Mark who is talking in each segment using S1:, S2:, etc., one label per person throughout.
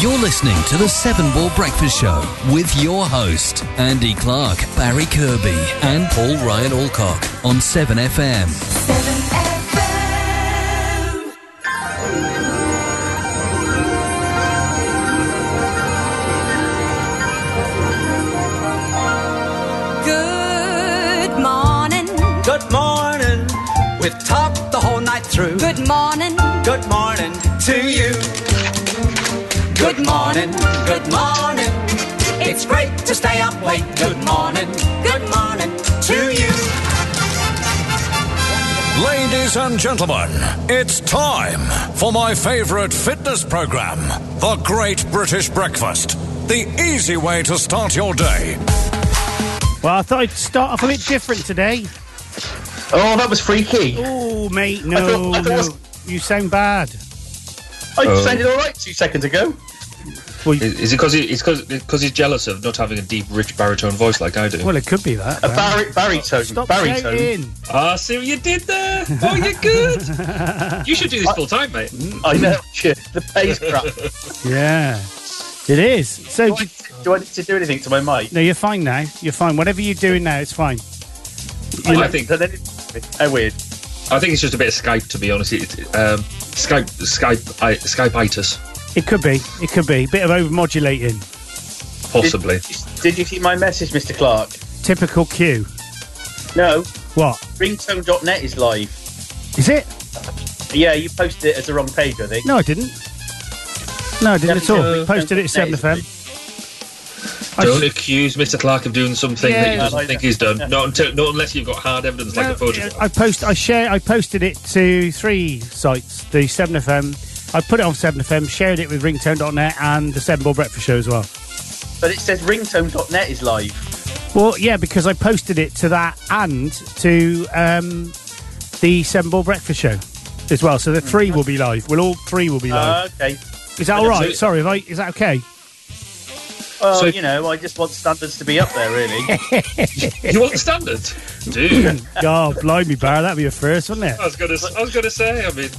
S1: You're listening to the Seven Ball Breakfast Show with your host, Andy Clark, Barry Kirby, and Paul Ryan Alcock on 7FM.
S2: Good morning.
S3: Good morning. We've talked the whole night through.
S2: Good morning.
S3: Good morning to you. Good morning. Good morning. It's great to stay up late. Good morning. Good morning to you.
S4: Ladies and gentlemen, it's time for my favorite fitness program, The Great British Breakfast. The easy way to start your day.
S5: Well, I thought I'd start off a bit different today.
S6: Oh, that was freaky.
S5: Oh, mate,
S6: I
S5: no,
S6: thought- I thought it was-
S5: no. You sound bad.
S6: I
S7: Oh.
S6: sounded all right two seconds ago.
S5: Well,
S7: Is is it because he, it's cause, it's 'cause he's jealous of not having a deep, rich baritone voice like I do?
S5: well, it could be that.
S6: A
S5: right?
S6: bari- baritone.
S5: Stop
S6: baritone.
S5: shouting.
S7: Ah, see what you did there? Oh, you're good. you should do this full time, mate.
S6: I know. shit, The bass crap.
S5: Yeah, it is. So,
S6: do, I, do I need to do anything to my mic?
S5: no, you're fine now. You're fine. Whatever you're doing now, it's fine.
S7: I, I think
S6: So then how weird.
S7: I think it's just a bit of Skype, to be honest. It, it, um, Skype, Skype, I, Skypeitis,
S5: It could be. It could be. Bit of overmodulating.
S6: Did,
S7: possibly.
S6: did you see my message, Mr. Clark?
S5: Typical Q.
S6: No.
S5: What?
S6: Ringtone.net is live.
S5: Is it?
S6: Yeah, you posted it as the wrong page, I think.
S5: No, I didn't. No, I didn't at all.
S6: Definitely
S5: We posted it at
S6: Ringtone.net is
S5: 7FM. I
S7: Don't
S5: s-
S7: accuse Mr. Clark of doing something that
S5: Yeah.
S7: he doesn't think he's done. Not, until, not unless you've got hard evidence, like a
S5: No,
S7: photograph.
S5: I post, I share, I posted it to three sites: the Seven FM. I put it on Seven FM, shared it with Ringtone.net and the Seven Ball Breakfast Show as well.
S6: But it says ringtone.net is live.
S5: Well, yeah, because I posted it to that and to um, the Seven Ball Breakfast Show as well. So the three will be live. Well, all three will be live.
S6: Ah, okay.
S5: is that
S7: Uh, I
S5: all
S7: don't
S5: right?
S7: see it.
S5: Sorry, have I, is that okay?
S6: Well,
S7: So-
S6: you know, I just want standards to be up there, really.
S7: You want the standard? Dude,
S5: God, Oh, blimey, Barry, that'd be a first, wouldn't it?
S7: I was gonna, s- I was gonna say. I mean,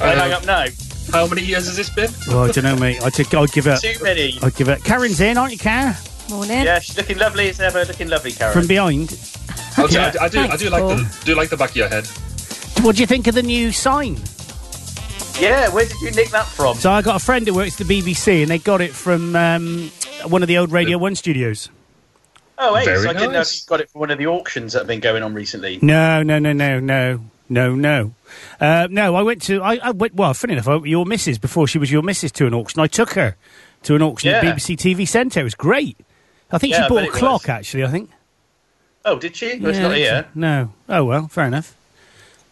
S6: I
S7: um,
S6: hang up now.
S7: how many years has this been?
S5: Well, I don't know, mate. I take, I'll give it.
S6: Too many.
S5: I'll give it. Karen's in, aren't you, Karen?
S2: Morning.
S6: Yeah, she's looking lovely as ever. Looking lovely, Karen.
S5: From behind.
S7: I'll t- I, I do, I
S2: Thanks,
S7: do like
S2: Paul.
S7: the, do like the back of your head.
S5: What do you think of the new sign?
S6: Yeah, where did you nick that from?
S5: So I got a friend who works at the BBC, and they got it from um, one of the old Radio One studios.
S6: Oh, hey,
S7: Very
S6: so I didn't know if
S7: nice.
S6: you got it from one of the auctions that have been going on recently.
S5: No, no, no, no, no, no, no, uh, no. I went to I, I went. Well, funny enough, I, your missus before she was your missus to an auction. I took her to an auction at
S6: Yeah.
S5: BBC TV Centre. It was great. I think
S6: Yeah,
S5: she
S6: I
S5: bought
S6: bet
S5: a
S6: it was.
S5: clock. Actually, I think.
S6: Oh, did she? Well, it's
S5: Yeah,
S6: not here.
S5: No. Oh well, fair enough.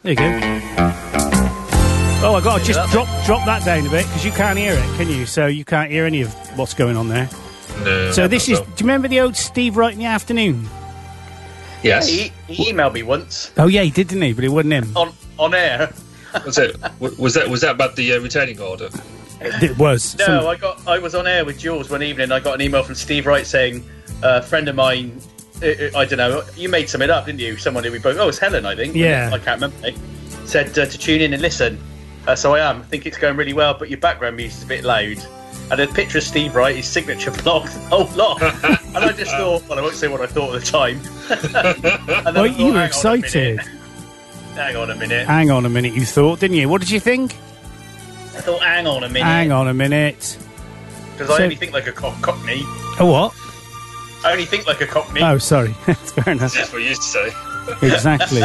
S5: There you go. Oh, I got to just drop drop that down a bit because you can't hear it, can you? So you can't hear any of what's going on there.
S7: No,
S5: So
S7: not
S5: this is. Do you remember the old Steve Wright in the afternoon?
S7: yes.
S6: He, he emailed me once
S5: Oh yeah, he did, didn't he? But it wasn't him.
S7: Oh,
S6: on on air.
S7: Was it? w- Was that? Was that about the uh, retaining order?
S5: It was.
S6: No,
S5: Some-
S6: I got I was on air with Jules one evening. and I got an email from Steve Wright saying, "A friend of mine, uh, I, I don't know, you made something up, didn't you? Someone who we both, oh, it's Helen, I think.
S5: Yeah.
S6: I can't remember. mate. Said uh, to tune in and listen. Uh, so I am. I think it's going really well, but your background music's a bit loud." And a picture of Steve Wright, his signature block, the whole lot. and I just thought, well, I won't say what I thought at the time. And then
S5: Oh,
S6: I thought,
S5: you were
S6: "Hang on a minute.
S5: excited. Uh,
S6: Hang on a minute.
S5: Hang on a minute, you thought, didn't you? What did you think?
S6: I thought, hang on a minute.
S5: Hang on a minute.
S6: Because
S5: So-
S6: I only think like a cock- cockney.
S5: Oh what?
S6: I only think like a cockney.
S5: Oh, sorry. fair enough.
S7: That's what you used to say.
S5: Exactly.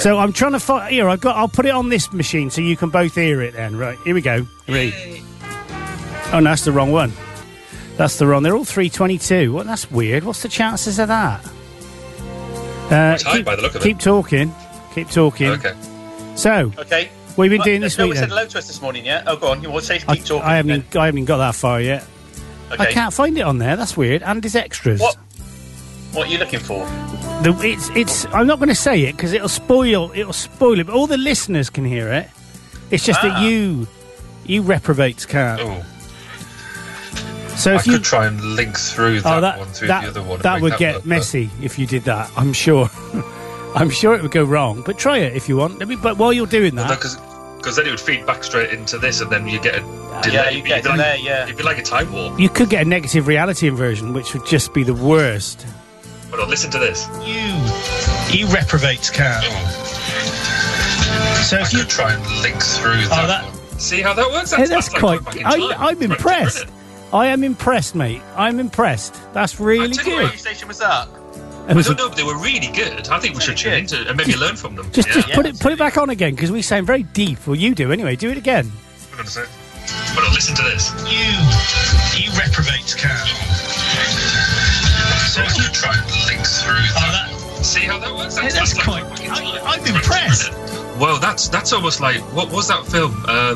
S5: so I'm trying to find. Here, I've got. I'll put it on this machine so you can both hear it. Then, right? Here we go. Ready? Oh, no, that's the wrong one. That's the wrong. They're all 322. What? That's weird. What's the chances of that? Uh,
S7: high by the look of it.
S5: keep talking. Keep talking.
S7: Okay.
S5: So,
S6: Okay.
S5: what have you been
S6: But
S5: doing this
S6: no
S5: week?
S6: one said
S5: Then?
S6: hello to us this morning yet. Oh, go on. You want to say keep
S5: I,
S6: talking?
S5: I haven't.
S6: then.
S5: Even, I haven't even got that far yet.
S6: Okay.
S5: I can't find it on there. That's weird. And his extras.
S6: What? What are you looking for?
S5: The, it's it's. I'm not going to say it because it'll spoil. It'll spoil it. But all the listeners can hear it. It's just
S7: Ah.
S5: that you, you reprobates can't.
S7: Oh,
S5: So
S7: I
S5: if you,
S7: could try and link through that,
S5: oh that
S7: one through
S5: that,
S7: the other one. and
S5: that
S7: make
S5: would get
S7: work, but-
S5: messy if you did that. I'm sure. I'm sure it would go wrong. But try it if you want. Let me. But while you're doing
S7: No,
S5: that,
S7: because then it would feed back straight into this, and then you get a,
S8: Yeah, you get in there, yeah.
S7: It'd be like a time warp.
S5: You could get a negative reality inversion, which would just be the worst.
S7: Hold on, listen to this.
S9: You, you reprobate, Carl. So
S10: I
S9: if you
S10: could try and link through that.
S9: oh that
S10: one.
S7: See how that works?
S5: Hey, that's
S7: like
S5: quite.
S7: going back in
S5: I,
S7: time.
S5: I'm
S7: Right,
S5: impressed.
S7: brilliant.
S5: I am impressed, mate. I'm impressed. That's really
S7: tell you
S5: good.
S7: what,
S8: radio station was up.
S5: It
S7: I
S5: was-
S7: don't know, but they were really good. I think we should tune into it and maybe learn from them.
S5: just
S7: yeah.
S5: just
S8: yeah,
S5: put it put it back on again because we sound very deep. Well, you do anyway. Do it again.
S7: Hold on a sec. Hold on, listen to this.
S9: you, you reprobate, Carl. So
S10: I
S9: if you
S10: could try and link through
S9: oh
S10: that.
S9: that
S7: See how that works?
S9: Hey, that's
S7: like
S9: quite-
S7: going back in
S9: I-
S7: time.
S9: I'm impressed.
S7: Well, that's that's almost like what was that film uh,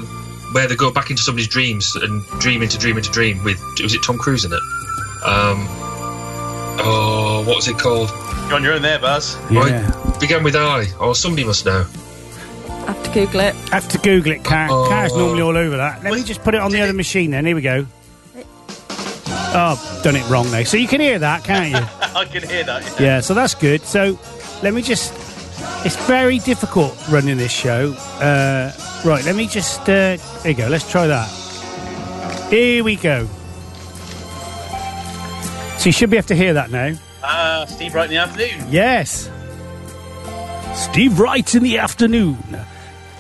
S7: where they go back into somebody's dreams and dream into dream into dream with was it Tom Cruise in it? Um, oh, what was it called?
S8: You're on your own there, Buzz.
S5: Yeah.
S7: Right, began with I. Oh, somebody must know.
S2: I have to Google it.
S5: I have to Google it. Car,
S7: Uh-oh.
S5: Car's normally all over that. Let me
S7: Oh. Wait,
S5: just put it on the
S7: did
S5: other
S7: it-
S5: machine. Then here we go. Oh, done it wrong now. So you can hear that, can't you?
S8: I can hear that.
S5: Yeah, so that's good. So let me just. It's very difficult running this show. Uh, right, let me just. Uh, there you go, let's try that. Here we go. So you should be able to hear that now.
S8: Ah, Steve Wright in the afternoon.
S5: Yes. Steve Wright in the afternoon.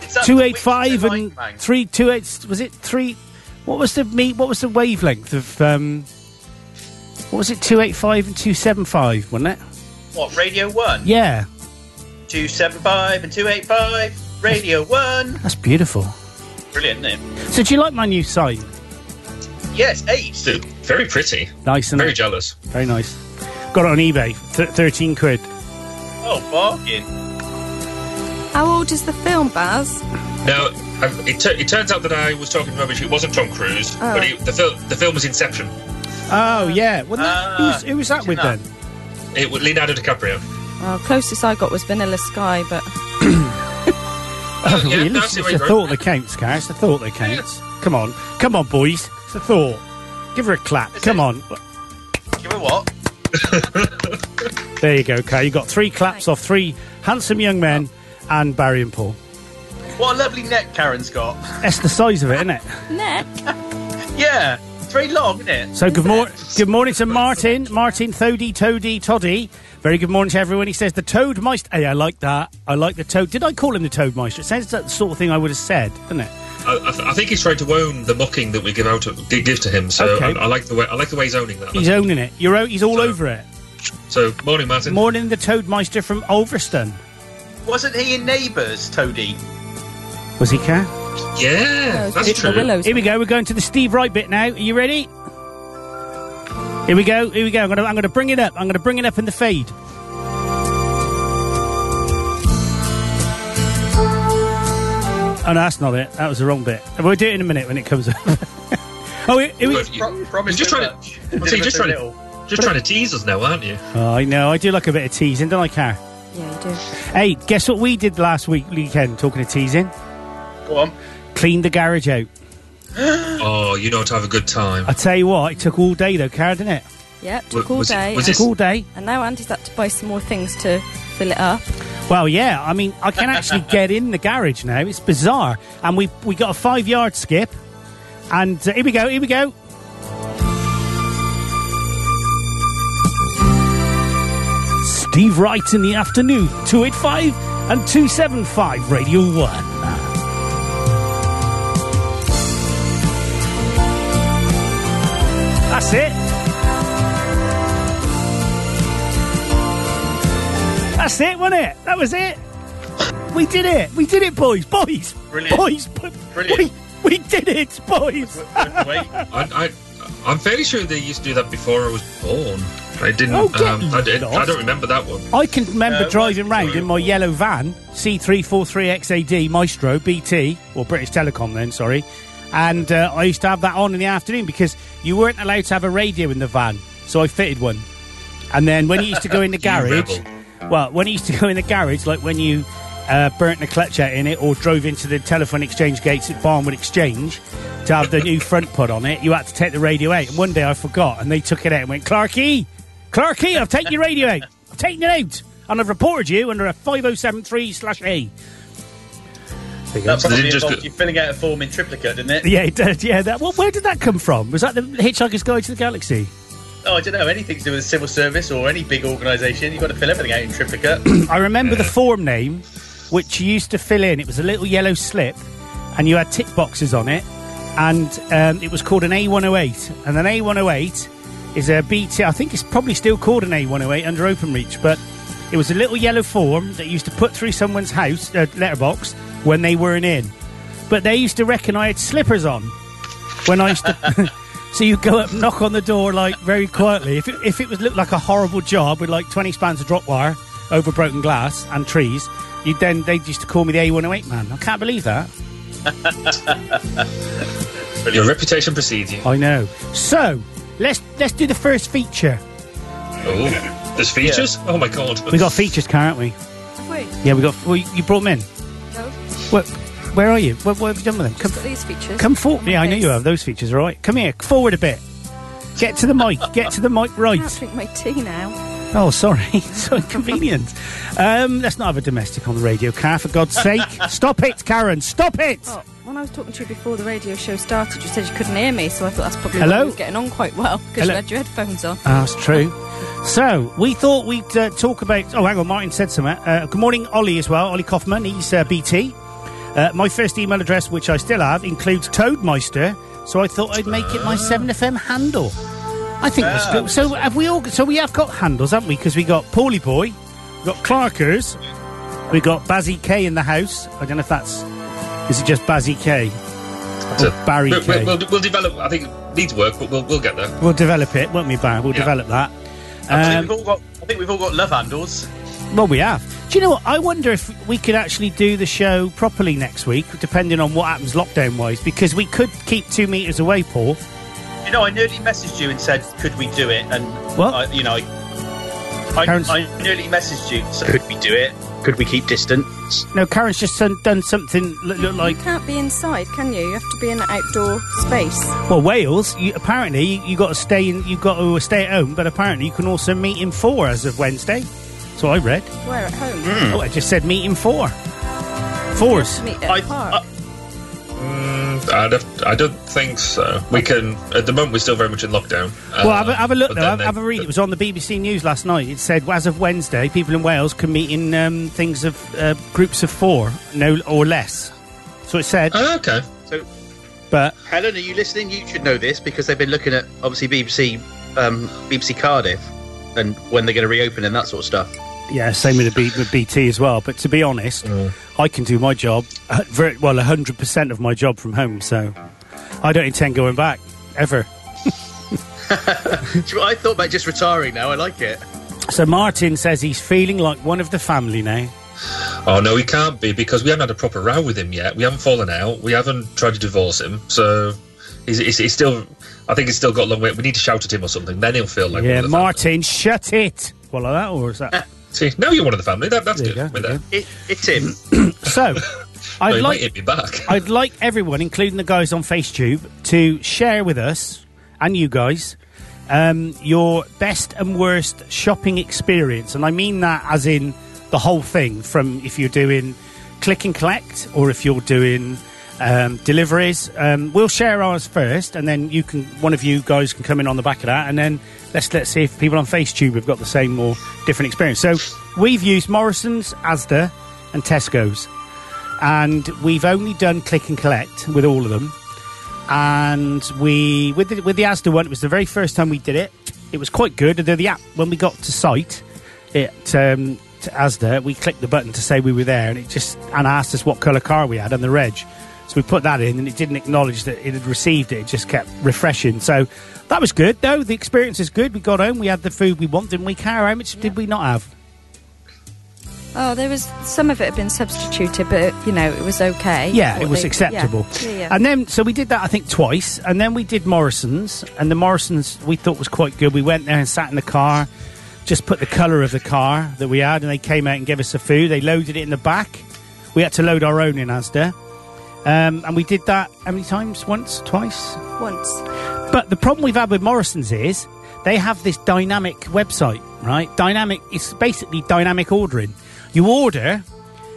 S8: It's that Wicked
S5: 285
S8: Night
S5: and
S8: Bang.
S5: 328. Was it 3. What was the meet? What was the wavelength of. Um, what was it? 285 and 275, wasn't it?
S8: What, Radio 1?
S5: Yeah,
S8: 275 and 285. Radio 1.
S5: that's beautiful.
S8: Brilliant, isn't it?
S5: So do you like my new sign?
S8: Yes, 8.
S7: Dude, very pretty.
S5: Nice and
S7: Very jealous.
S5: very nice. Got it on eBay, th- thirteen quid.
S8: Oh, bargain.
S2: How old is the film, Baz?
S7: Now, I- it, tur it turns out that I was talking rubbish. It wasn't Tom Cruise,
S2: Oh.
S7: but it, the, fil- the film was Inception.
S5: Oh yeah, well, that,
S8: Ah,
S5: who's, who was that
S8: it's
S5: with
S8: enough.
S5: then?
S7: It was Leonardo DiCaprio.
S2: Well, closest I got was Vanilla Sky, but
S5: Oh,
S7: yeah,
S5: really?
S7: no, I
S5: it's
S7: see
S5: it's
S7: where
S5: a
S7: you're
S5: thought that counts, guys. It's a thought that counts. Come on, come on, boys. It's a thought. Give her a clap.
S8: Is
S5: Come
S8: it-
S5: on.
S8: Give her what?
S5: There you go, Kay. You got three claps off three handsome young men and Barry and Paul.
S8: What a lovely neck Karen's got.
S5: That's the size of it, isn't it?
S2: Nick,
S8: Yeah, it's very long, isn't it?
S5: So good morning, good morning to Martin, Martin Thody Toady Toddy. Very good morning to everyone. He says the Toad Meister. Hey, I like that. I like the Toad. Did I call him the Toad Meister? It sounds like the sort of thing I would have said, doesn't it?
S7: I, I, th- I think he's trying to own the mocking that we give out of, gi- give to him. So
S5: Okay.
S7: I, I like the way I like the way he's owning that.
S5: He's owning it. You're o- he's all over it.
S7: so morning, Martin.
S5: Morning, the Toad Meister from Ulverston.
S8: Wasn't he in Neighbours, Toadie?
S5: Was he cat?
S7: yeah,
S2: it's
S7: that's
S2: Oh, it's the
S7: true.
S2: Willows.
S5: Here we go. We're going to the Steve Wright bit now. Are you ready? Here we go. Here we go. I'm going to, I'm going to bring it up. I'm going to bring it up in the fade. Oh, no, that's not it. That was the wrong bit. We'll do it in a minute when it comes up. oh, here, here we,
S7: Good.
S8: Pro-
S7: You-
S8: promise
S7: you're just
S8: so
S7: trying
S8: much.
S7: to, well, see,
S8: Deliver
S7: just
S8: so
S7: trying
S8: little.
S7: to, just trying to tease us now, aren't you?
S5: oh, I know. I do like a bit of teasing, don't I, Car?
S2: Yeah, you do.
S5: Hey, guess what we did last week weekend? Talking of teasing,
S8: Go on.
S5: cleaned the garage out.
S7: Oh, you know to have a good time.
S5: I tell you what, it took all day though, Car, didn't it?
S2: Yeah, took
S7: W-
S2: all
S7: was it-
S2: day.
S7: was
S5: Took
S7: This-
S5: all day.
S2: and now Andy's had to buy some more things to fill it up.
S5: Well, yeah. I mean, I can actually get in the garage now. It's bizarre. And we we got a five yard skip. And uh, here we go. Here we go. Steve Wright in the afternoon, 285 and 275 Radio 1. That's it. That's it, wasn't it? That was it. We did it. We did it, boys. Boys.
S8: Brilliant.
S5: Boys. bo-
S8: Brilliant.
S5: We, we did it, boys.
S8: Wait.
S7: I, I, I'm fairly sure they used to do that before I was born. I didn't.
S5: Oh, get
S7: um, I, did, I
S5: lost.
S7: don't remember that one.
S5: I can remember
S8: Yeah, it
S5: driving
S8: was
S5: round in my yellow van, C343XAD Maestro BT, or British Telecom then, sorry. And uh, I used to have that on in the afternoon because you weren't allowed to have a radio in the van. So I fitted one. And then when he used to go in the garage,
S7: rebel.
S5: well, when he used to go in the garage, like when you uh, burnt the clutch out in it or drove into the telephone exchange gates at Barnwood Exchange to have the new front put on it, you had to take the radio out. And one day I forgot, and they took it out and went, Clarky, Clarky, E, I've taken your radio out. oh E." I've taken it out. And I've reported you under a 5073 slash A. There you go.
S8: That probably
S7: didn't just
S8: involved
S7: go-
S8: you filling out a form in triplicate, didn't it?
S5: Yeah, it did. Yeah, that. Well, where did that come from? Was that the Hitchhiker's Guide to the Galaxy?
S8: Oh, I don't know. Anything to do with the civil service or any big organisation, you've got to fill everything out in triplicate.
S5: Um, I remember the form name, which you used to fill in. It was a little yellow slip, and you had tick boxes on it, and um, it was called an A108. And an A108 is a BT. I think it's probably still called an A108 under OpenReach, but it was a little yellow form that you used to put through someone's house uh, letterbox when they weren't in. But they used to reckon I had slippers on when I used to. So you go up, knock on the door, like very quietly. If it, if it was looked like a horrible job with like twenty spans of drop wire over broken glass and trees, you would then they used to call me the A one hundred eight man. I can't believe that.
S7: Your reputation precedes you.
S5: I know. So let's let's do the first feature.
S7: Oh, there's features. Oh my god.
S5: We got features, can't we?
S2: Wait,
S5: Yeah, we got. Well, you brought them in.
S2: no,
S5: What? Where are you? What, what have you done with them? Come,
S2: got these features.
S5: come forward.
S2: My
S5: Yeah, I know
S2: face.
S5: you have those features, all right. Come here, forward a bit. Get to the mic. Get to the mic,
S2: I can't
S5: right.
S2: drink my tea now.
S5: Oh, sorry. so inconvenient. Um, let's not have a domestic on the radio, car, for God's sake. Stop it, Karen. Stop it.
S2: Oh, when I was talking to you before the radio show started, you said you couldn't hear me, so I thought that's probably why
S5: Hello?
S2: you was getting on quite well because you
S5: Hello?
S2: had your headphones on.
S5: Ah, that's true. So, we thought we'd uh, talk about. Oh, hang on. Martin said something. Uh, good morning, Ollie, as well. Ollie Kaufman. He's uh, BT. Uh, my first email address, which I still have, includes Toadmeister, so I thought I'd make it my
S7: Ah.
S5: 7FM handle. I think that's good. So have we all? So we have got handles, haven't we? Because we got Paulie Boy, we got Clarkers, we got Bazzy K in the house. I don't know if that's is it just Bazzy K?
S7: So-
S5: Barry
S7: We'll,
S5: Kay.
S7: we'll, we'll, we'll develop. I think it needs work, but we'll, we'll get there.
S5: We'll develop it, won't we, Barry? We'll
S7: Yeah.
S5: develop that.
S8: I think
S5: Um,
S8: we've all got. I think we've all got love handles.
S5: Well, we have. Do you know what? I wonder if we could actually do the show properly next week, depending on what happens lockdown wise, because we could keep two metres away, Paul.
S8: You know, I nearly messaged you and said, "Could we do it?" And
S5: What?
S8: I, you know, I, I,
S5: Karen's-
S8: I nearly messaged you. So could we do it? Could we keep distance?
S5: No, Karen's just done, done something look, look like.
S2: You can't be inside, can you? You have to be in an outdoor space.
S5: Well, Wales. You, apparently, you, you got to stay in. You got to stay at home, but apparently, you can also meet in four as of Wednesday. So I read.
S2: Where at home?
S5: Oh, I just said meet in four. Fours.
S2: Meet at
S8: I-
S2: the
S6: uh,
S2: park.
S7: Mm, I don't, I don't think so. We can. At the moment, we're still very much in lockdown. Um,
S5: Well, have a, have a look
S7: Uh, but
S5: though.
S7: then
S5: Have,
S7: they-
S5: have a read. It was on the BBC News last night. It said as of Wednesday, people in Wales can meet in um, things of uh, groups of four, no or less. So it said,
S7: Oh, okay.
S5: but
S6: Helen, are you listening? You should know this because they've been looking at obviously BBC, um, BBC Cardiff, and when they're going to reopen and that sort of stuff.
S5: yeah, same with the B- with BT as well. But to be honest,
S7: Mm.
S5: I can do my job uh, very, well, hundred percent of my job from home. So I don't intend going back ever.
S6: Do you know what I thought about just retiring now. I like it.
S5: So Martin says he's feeling like one of the family now.
S7: Oh no, he can't be because we haven't had a proper row with him yet. We haven't fallen out. We haven't tried to divorce him. So he's, he's, he's still. I think he's still got a long way. We need to shout at him or something. Then he'll feel like.
S5: yeah,
S7: one of the family.
S5: Martin, shut it. Well, like that, or is that?
S7: See, now you're one of the family. That, that's
S5: There you
S7: good.
S5: go,
S7: We're
S5: there you
S7: there.
S6: it it's him.
S5: So
S7: No,
S5: I'd
S7: he
S5: like
S7: might hit me back.
S5: I'd like everyone, including the guys on FaceTube, to share with us and you guys um, your best and worst shopping experience, and I mean that as in the whole thing. From if you're doing click and collect, or if you're doing um, deliveries, um, we'll share ours first, and then you can one of you guys can come in on the back of that, and then let's let's see if people on FaceTube have got the same or different experience. So we've used Morrison's, ASDA, and Tesco's and we've only done click and collect with all of them. And we with the, with the Asda one, it was the very first time we did it. It was quite good. The, the app when we got to site, it um, to Asda, we clicked the button to say we were there, and it just and asked us what colour car we had and the reg. So we put that in, and it didn't acknowledge that it had received it. It just kept refreshing. So that was good, though. The experience is good. We got home, we had the food we wanted, didn't we? Cara, how much did we not have?
S2: Oh, there was some of it had been substituted, but you know it was okay.
S5: Yeah,
S2: What
S5: it was
S2: they-
S5: acceptable.
S2: Yeah, yeah, yeah.
S5: And then, so we did that, I think, twice. And then we did Morrison's, and the Morrison's we thought was quite good. We went there and sat in the car, just put the colour of the car that we had, and they came out and gave us the food. They loaded it in the back. We had to load our own in Asda. Um, and we did that how many times? Once, twice?
S2: once.
S5: But the problem we've had with Morrison's is they have this dynamic website, right? Dynamic, it's basically dynamic ordering. You order,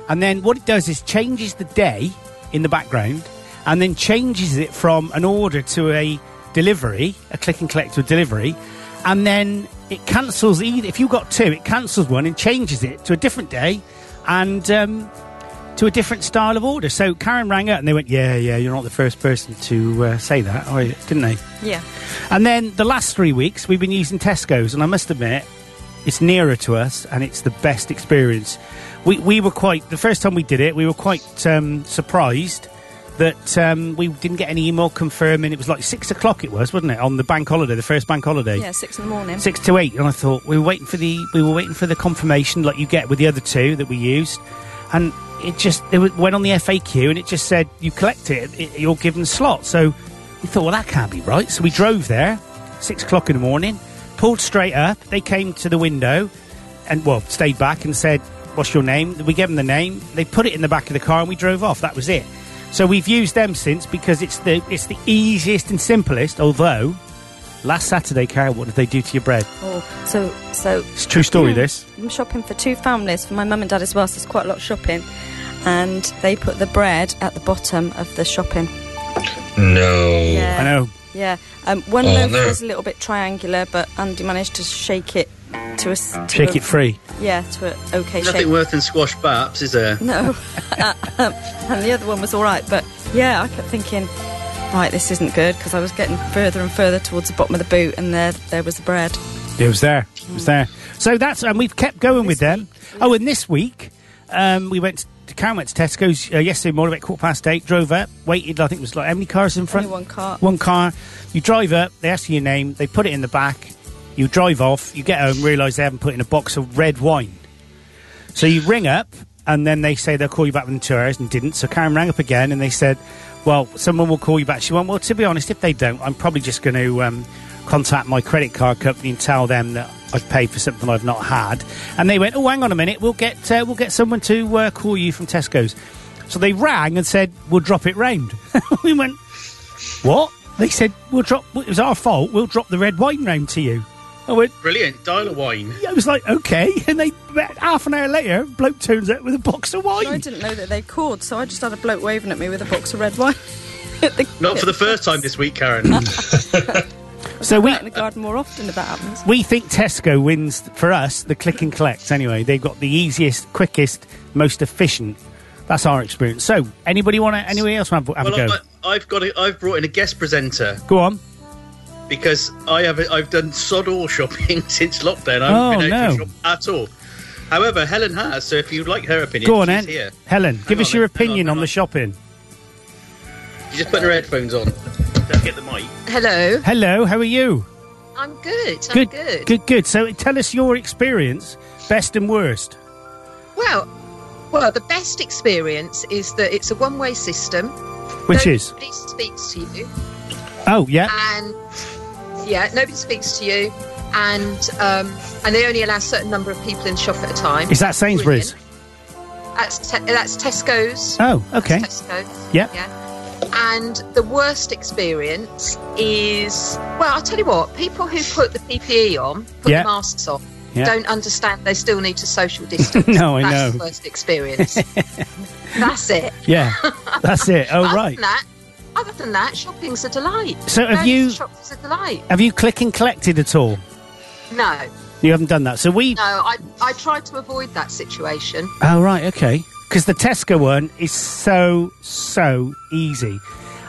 S5: And then what it does is changes the day in the background and then changes it from an order to a delivery, a click and collect to a delivery. And then it cancels either. If you've got two, it cancels one and changes it to a different day and um, to a different style of order. So Karen rang up and they went, Yeah, yeah, you're not the first person to uh, say that, are you? didn't they?
S2: Yeah.
S5: And then the last three weeks, we've been using Tesco's, and I must admit, it's nearer to us and it's the best experience. We, we were quite, the first time we did it, we were quite um, surprised that um, we didn't get any email confirming. It was like six o'clock, it was, wasn't it, on the bank holiday, the first bank holiday?
S2: Yeah, six in the morning.
S5: Six to eight, and I thought we were waiting for the we were waiting for the confirmation like you get with the other two that we used, and it just it was- went on the FAQ and it just said you collect it, it you're given slot. So we thought, well, that can't be right. So we drove there, six o'clock in the morning, pulled straight up. They came to the window, and well, stayed back and said, "What's your name?" We gave them the name. They put it in the back of the car, and we drove off. That was it. So we've used them since because it's the it's the easiest and simplest. Although last Saturday, Carol, what did they do to your bread?
S2: Oh, so so
S5: It's a true story. This
S2: Mm. I'm shopping for two families, for my mum and dad as well, so it's quite a lot of shopping. And they put the bread at the bottom of the shopping.
S7: No.
S2: Yeah.
S5: I know.
S2: Yeah. Um, one
S7: Oh,
S2: loaf
S7: no.
S2: was a little bit triangular, but Andy managed to shake it to us. To
S5: Shake
S2: a-
S5: it free.
S2: Yeah, to an okay
S6: Nothing
S2: shape.
S6: worse than squash baps, is there?
S2: No. Uh, um, and the other one was all right, but yeah, I kept thinking, right, this isn't good because I was getting further and further towards the bottom of the boot, and there there was the bread.
S5: It was there. It was there. So that's and we've kept going with them. Oh, and this week um, we went. To, Karen went to Tesco's uh, yesterday morning about quarter past eight. Drove up, waited. I think it was like how many cars in front?
S2: Only one car.
S5: One car. You drive up. They ask you your name. They put it in the back. You drive off. You get home. Realise they haven't put in a box of red wine. So you ring up, and then they say they'll call you back within two hours, and didn't. So Karen rang up again, and they said, "Well, someone will call you back." She went, "Well, to be honest, if they don't, I'm probably just going to um, contact my credit card company and tell them that I've paid for something I've not had." And they went, "Oh, hang on a minute, we'll get uh, we'll get someone to uh, call you from Tesco's." So they rang and said, "We'll drop it round." we went, "What?" They said, "We'll drop. It was our fault. We'll drop the red wine round to you." I went,
S6: Brilliant. Dial a wine.
S5: I was like, okay. And they about half an hour later, bloke turns up with a box of
S2: I
S5: wine.
S2: didn't know that they called, so I just had a bloke waving at me with a box of red wine. At the-
S6: Not for the first time this week, Karen.
S5: Mm, So we
S2: out in the garden more often if that happens.
S5: we think Tesco wins for us the click and collect. Anyway, they've got the easiest, quickest, most efficient. That's our experience. So anybody want to? Anybody else want to have, a- have
S6: well,
S5: a go?
S6: I, I've got. A, I've brought in a guest presenter
S5: Go on.
S6: because I have. A, I've done sod all shopping since lockdown. I haven't
S5: Oh,
S6: been out
S5: no.
S6: to shop at all. However, Helen has. So if you'd like her opinion,
S5: Go on,
S6: she's
S5: then.
S6: here.
S5: Helen, give
S6: Hang
S5: us
S6: on,
S5: your
S6: hang on,
S5: opinion
S6: hang
S5: on the
S6: on.
S5: shopping.
S6: She's just putting her headphones on. Don't get the mic.
S11: Hello,
S5: Hello, how are you?
S11: I'm good. I'm
S5: good,
S11: good.
S5: good, good, So tell us your experience, best and worst.
S11: Well, well, the best experience is that it's a one-way system.
S5: Which
S11: nobody
S5: is?
S11: speaks to you,
S5: Oh yeah,
S11: and yeah, nobody speaks to you, and um, and they only allow a certain number of people in the shop at a time.
S5: is that Sainsbury's?
S11: Brilliant. That's te- that's Tesco's.
S5: Oh, okay.
S11: Tesco.
S5: Yep.
S11: Yeah. And the worst experience is well, I'll tell you what, people who put the PPE on, put
S5: Yeah.
S11: the masks on,
S5: Yeah.
S11: don't understand they still need to social distance.
S5: No, I
S11: That's
S5: know.
S11: the worst experience. That's it.
S5: Yeah, that's it. Oh
S11: other
S5: right.
S11: Than that, other than that, shopping's a delight.
S5: So have
S11: Going
S5: you-
S11: to Shopping's a delight.
S5: Have you click and collected at all?
S11: No,
S5: You haven't done that. So we.
S11: no, I I try to avoid that situation.
S5: Oh, right, okay. Because the Tesco one is so, so easy.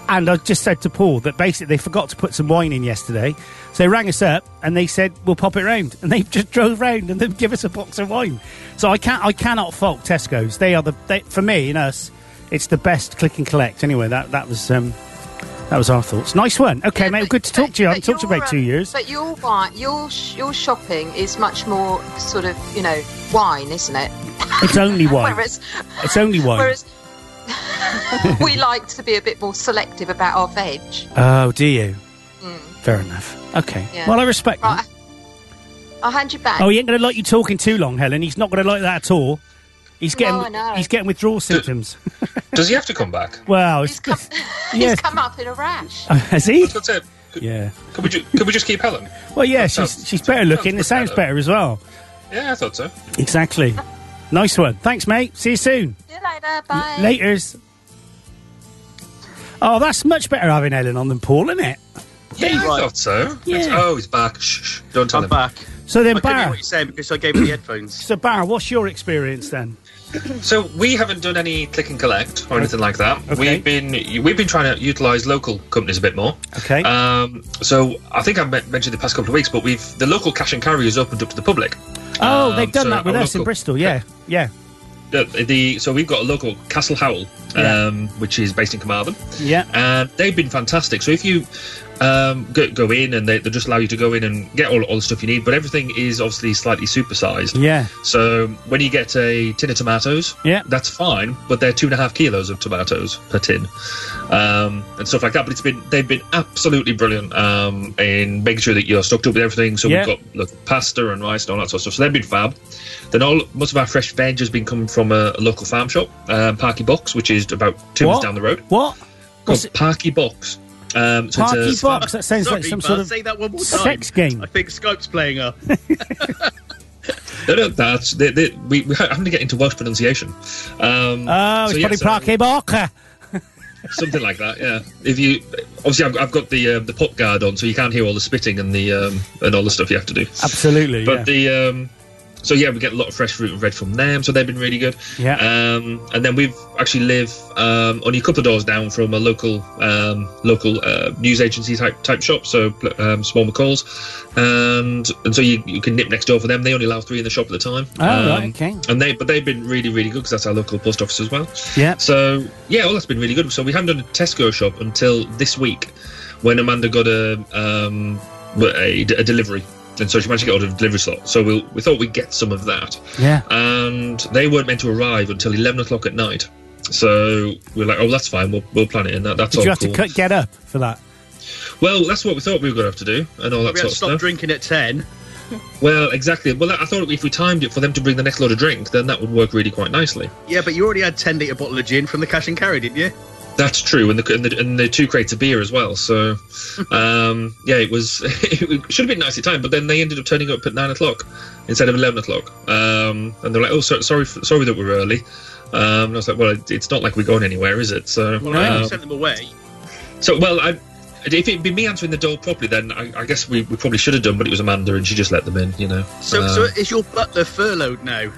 S5: And I just said to Paul that basically they forgot to put some wine in yesterday. So they rang us up and they said, we'll pop it round. And they just drove round and they've give us a box of wine. So I can't, I cannot fault Tesco's. They are the, they, for me and us, it's the best click and collect. Anyway, that, that was, um, that was our thoughts. Nice one. Okay, mate. Good to talk to you. I
S11: But
S5: haven't talked to you
S11: your,
S5: about two
S11: um,
S5: years.
S11: But your wine, your sh- your shopping is much more sort of you know wine, isn't it?
S5: It's only wine.
S11: Whereas
S5: It's only wine.
S11: whereas we like to be a bit more selective about our veg.
S5: Oh, do you? Fair enough. Okay.
S11: Mm. Yeah.
S5: Well, I respect that.
S11: Right, I'll hand you back.
S5: Oh, he ain't going to like you talking too long, Helen. He's not going to like that at all. He's getting
S11: I know.
S5: he's getting withdrawal symptoms.
S7: Does he have to come back?
S5: wow,
S11: He's come,
S5: yes.
S11: he's come up in a rash.
S5: has he?
S7: That's it. Could,
S5: Yeah.
S7: could we ju- could we just keep Helen?
S5: Well, yeah,
S7: That
S5: she's
S7: sounds-
S5: she's better looking. It sounds
S7: sounds better.
S5: better as well.
S7: Yeah, I thought so.
S5: Exactly. Nice one. Thanks, mate. See you soon.
S11: See you later. Bye.
S5: Laters. Oh, that's much better having Ellen on than Paul, isn't it?
S7: Yeah, I thought so.
S5: Yeah.
S7: Oh, he's back. Shh, shh. Don't tell
S6: I'm
S7: him.
S6: back.
S5: So then,
S6: I couldn't hear
S5: Barra.
S6: what you're saying because I gave him the headphones.
S5: So, Barra, what's your experience then?
S7: So we haven't done any click and collect or anything like that. We've been we've been trying to utilise local companies a bit more.
S5: Okay.
S7: Um, so I think I me- mentioned the past couple of weeks, but we've the local cash and carry has opened up to the public.
S5: Oh,
S7: Um,
S5: they've done
S7: so
S5: that with
S7: our
S5: us in
S7: local-
S5: Bristol. Yeah, yeah,
S7: The, the- so we've got a local Castle Howell,
S5: Yeah.
S7: um, which is based in Carmarthen,
S5: yeah.
S7: and they've been fantastic. So if you um, go, go in and they, they just allow you to go in and get all, all the stuff you need, but everything is obviously slightly supersized.
S5: Yeah.
S7: So when you get a tin of tomatoes,
S5: Yeah.
S7: that's fine, but they're two and a half kilos of tomatoes per tin, um, and stuff like that. But it's been they've been absolutely brilliant um, in making sure that you're stocked up with everything. So
S5: Yeah.
S7: we've got look, pasta and rice and all that sort of stuff. So they've been fab. Then all most of our fresh veg has been coming from a, a local farm shop, um, Parky Box, which is about two
S5: What?
S7: minutes down the road.
S5: What?
S7: Called Parky Box. Um, so it's a-
S5: Parky Box? That sounds like
S6: Sorry,
S5: some
S6: Bart,
S5: sort of
S6: say that one more time.
S5: sex game.
S6: I think Skype's playing up.
S7: No, no, that's they, they, we, we having to get into Welsh pronunciation. Um,
S5: Oh, it's
S7: so yeah,
S5: probably
S7: so-
S5: Parky Box.
S7: something like that. Yeah. If you obviously, I've, I've got the uh, the pop guard on, so you can't hear all the spitting and the um, and all the stuff you have to do.
S5: Absolutely.
S7: But
S5: yeah.
S7: the um, so yeah, we get a lot of fresh fruit and veg from them, so they've been really good.
S5: Yeah.
S7: Um, and then we've actually live um, only a couple of doors down from a local um, local uh, news agency type type shop, so um, Small McCall's, and and so you, you can nip next door for them. They only allow three in the shop at the time. Um,
S5: Oh, right, okay.
S7: And they but they've been really really good because that's our local post office as well.
S5: Yeah.
S7: So yeah, well that's been really good. So we haven't done a Tesco shop until this week, when Amanda got a um, a, a delivery, and so she managed to get hold of a delivery slot. So we we thought we'd get some of that,
S5: Yeah.
S7: and they weren't meant to arrive until eleven o'clock at night. So we are like, oh, that's fine. We'll, we'll plan it, and that, that's
S5: Did
S7: all
S5: you have
S7: cool.
S5: to cut, get up for that?
S7: Well, that's what we thought we were going to have to do, and all that
S6: we had to
S7: sort of
S6: stop
S7: stuff.
S6: drinking at 10.
S7: Well, exactly. Well, I thought if we timed it for them to bring the next load of drink, then that would work really quite nicely.
S6: Yeah, but you already had 10 litre bottle of gin from the cash and carry, didn't you?
S7: That's true, and the and the, and the two crates of beer as well. So, um, yeah, it was it should have been nicely timed, but then they ended up turning up at nine o'clock instead of eleven o'clock, um, and they're like, "Oh, so, sorry, f- sorry that we're early." Um, and I was like, "Well, it, it's not like we're going anywhere, is it?" So,
S6: Well, I
S7: um,
S6: sent them away.
S7: so well, I, if it'd been me answering the door properly, then I, I guess we, we probably should have done, but it was Amanda, and she just let them in, you know.
S6: So,
S7: Um,
S6: so is your butler furloughed now?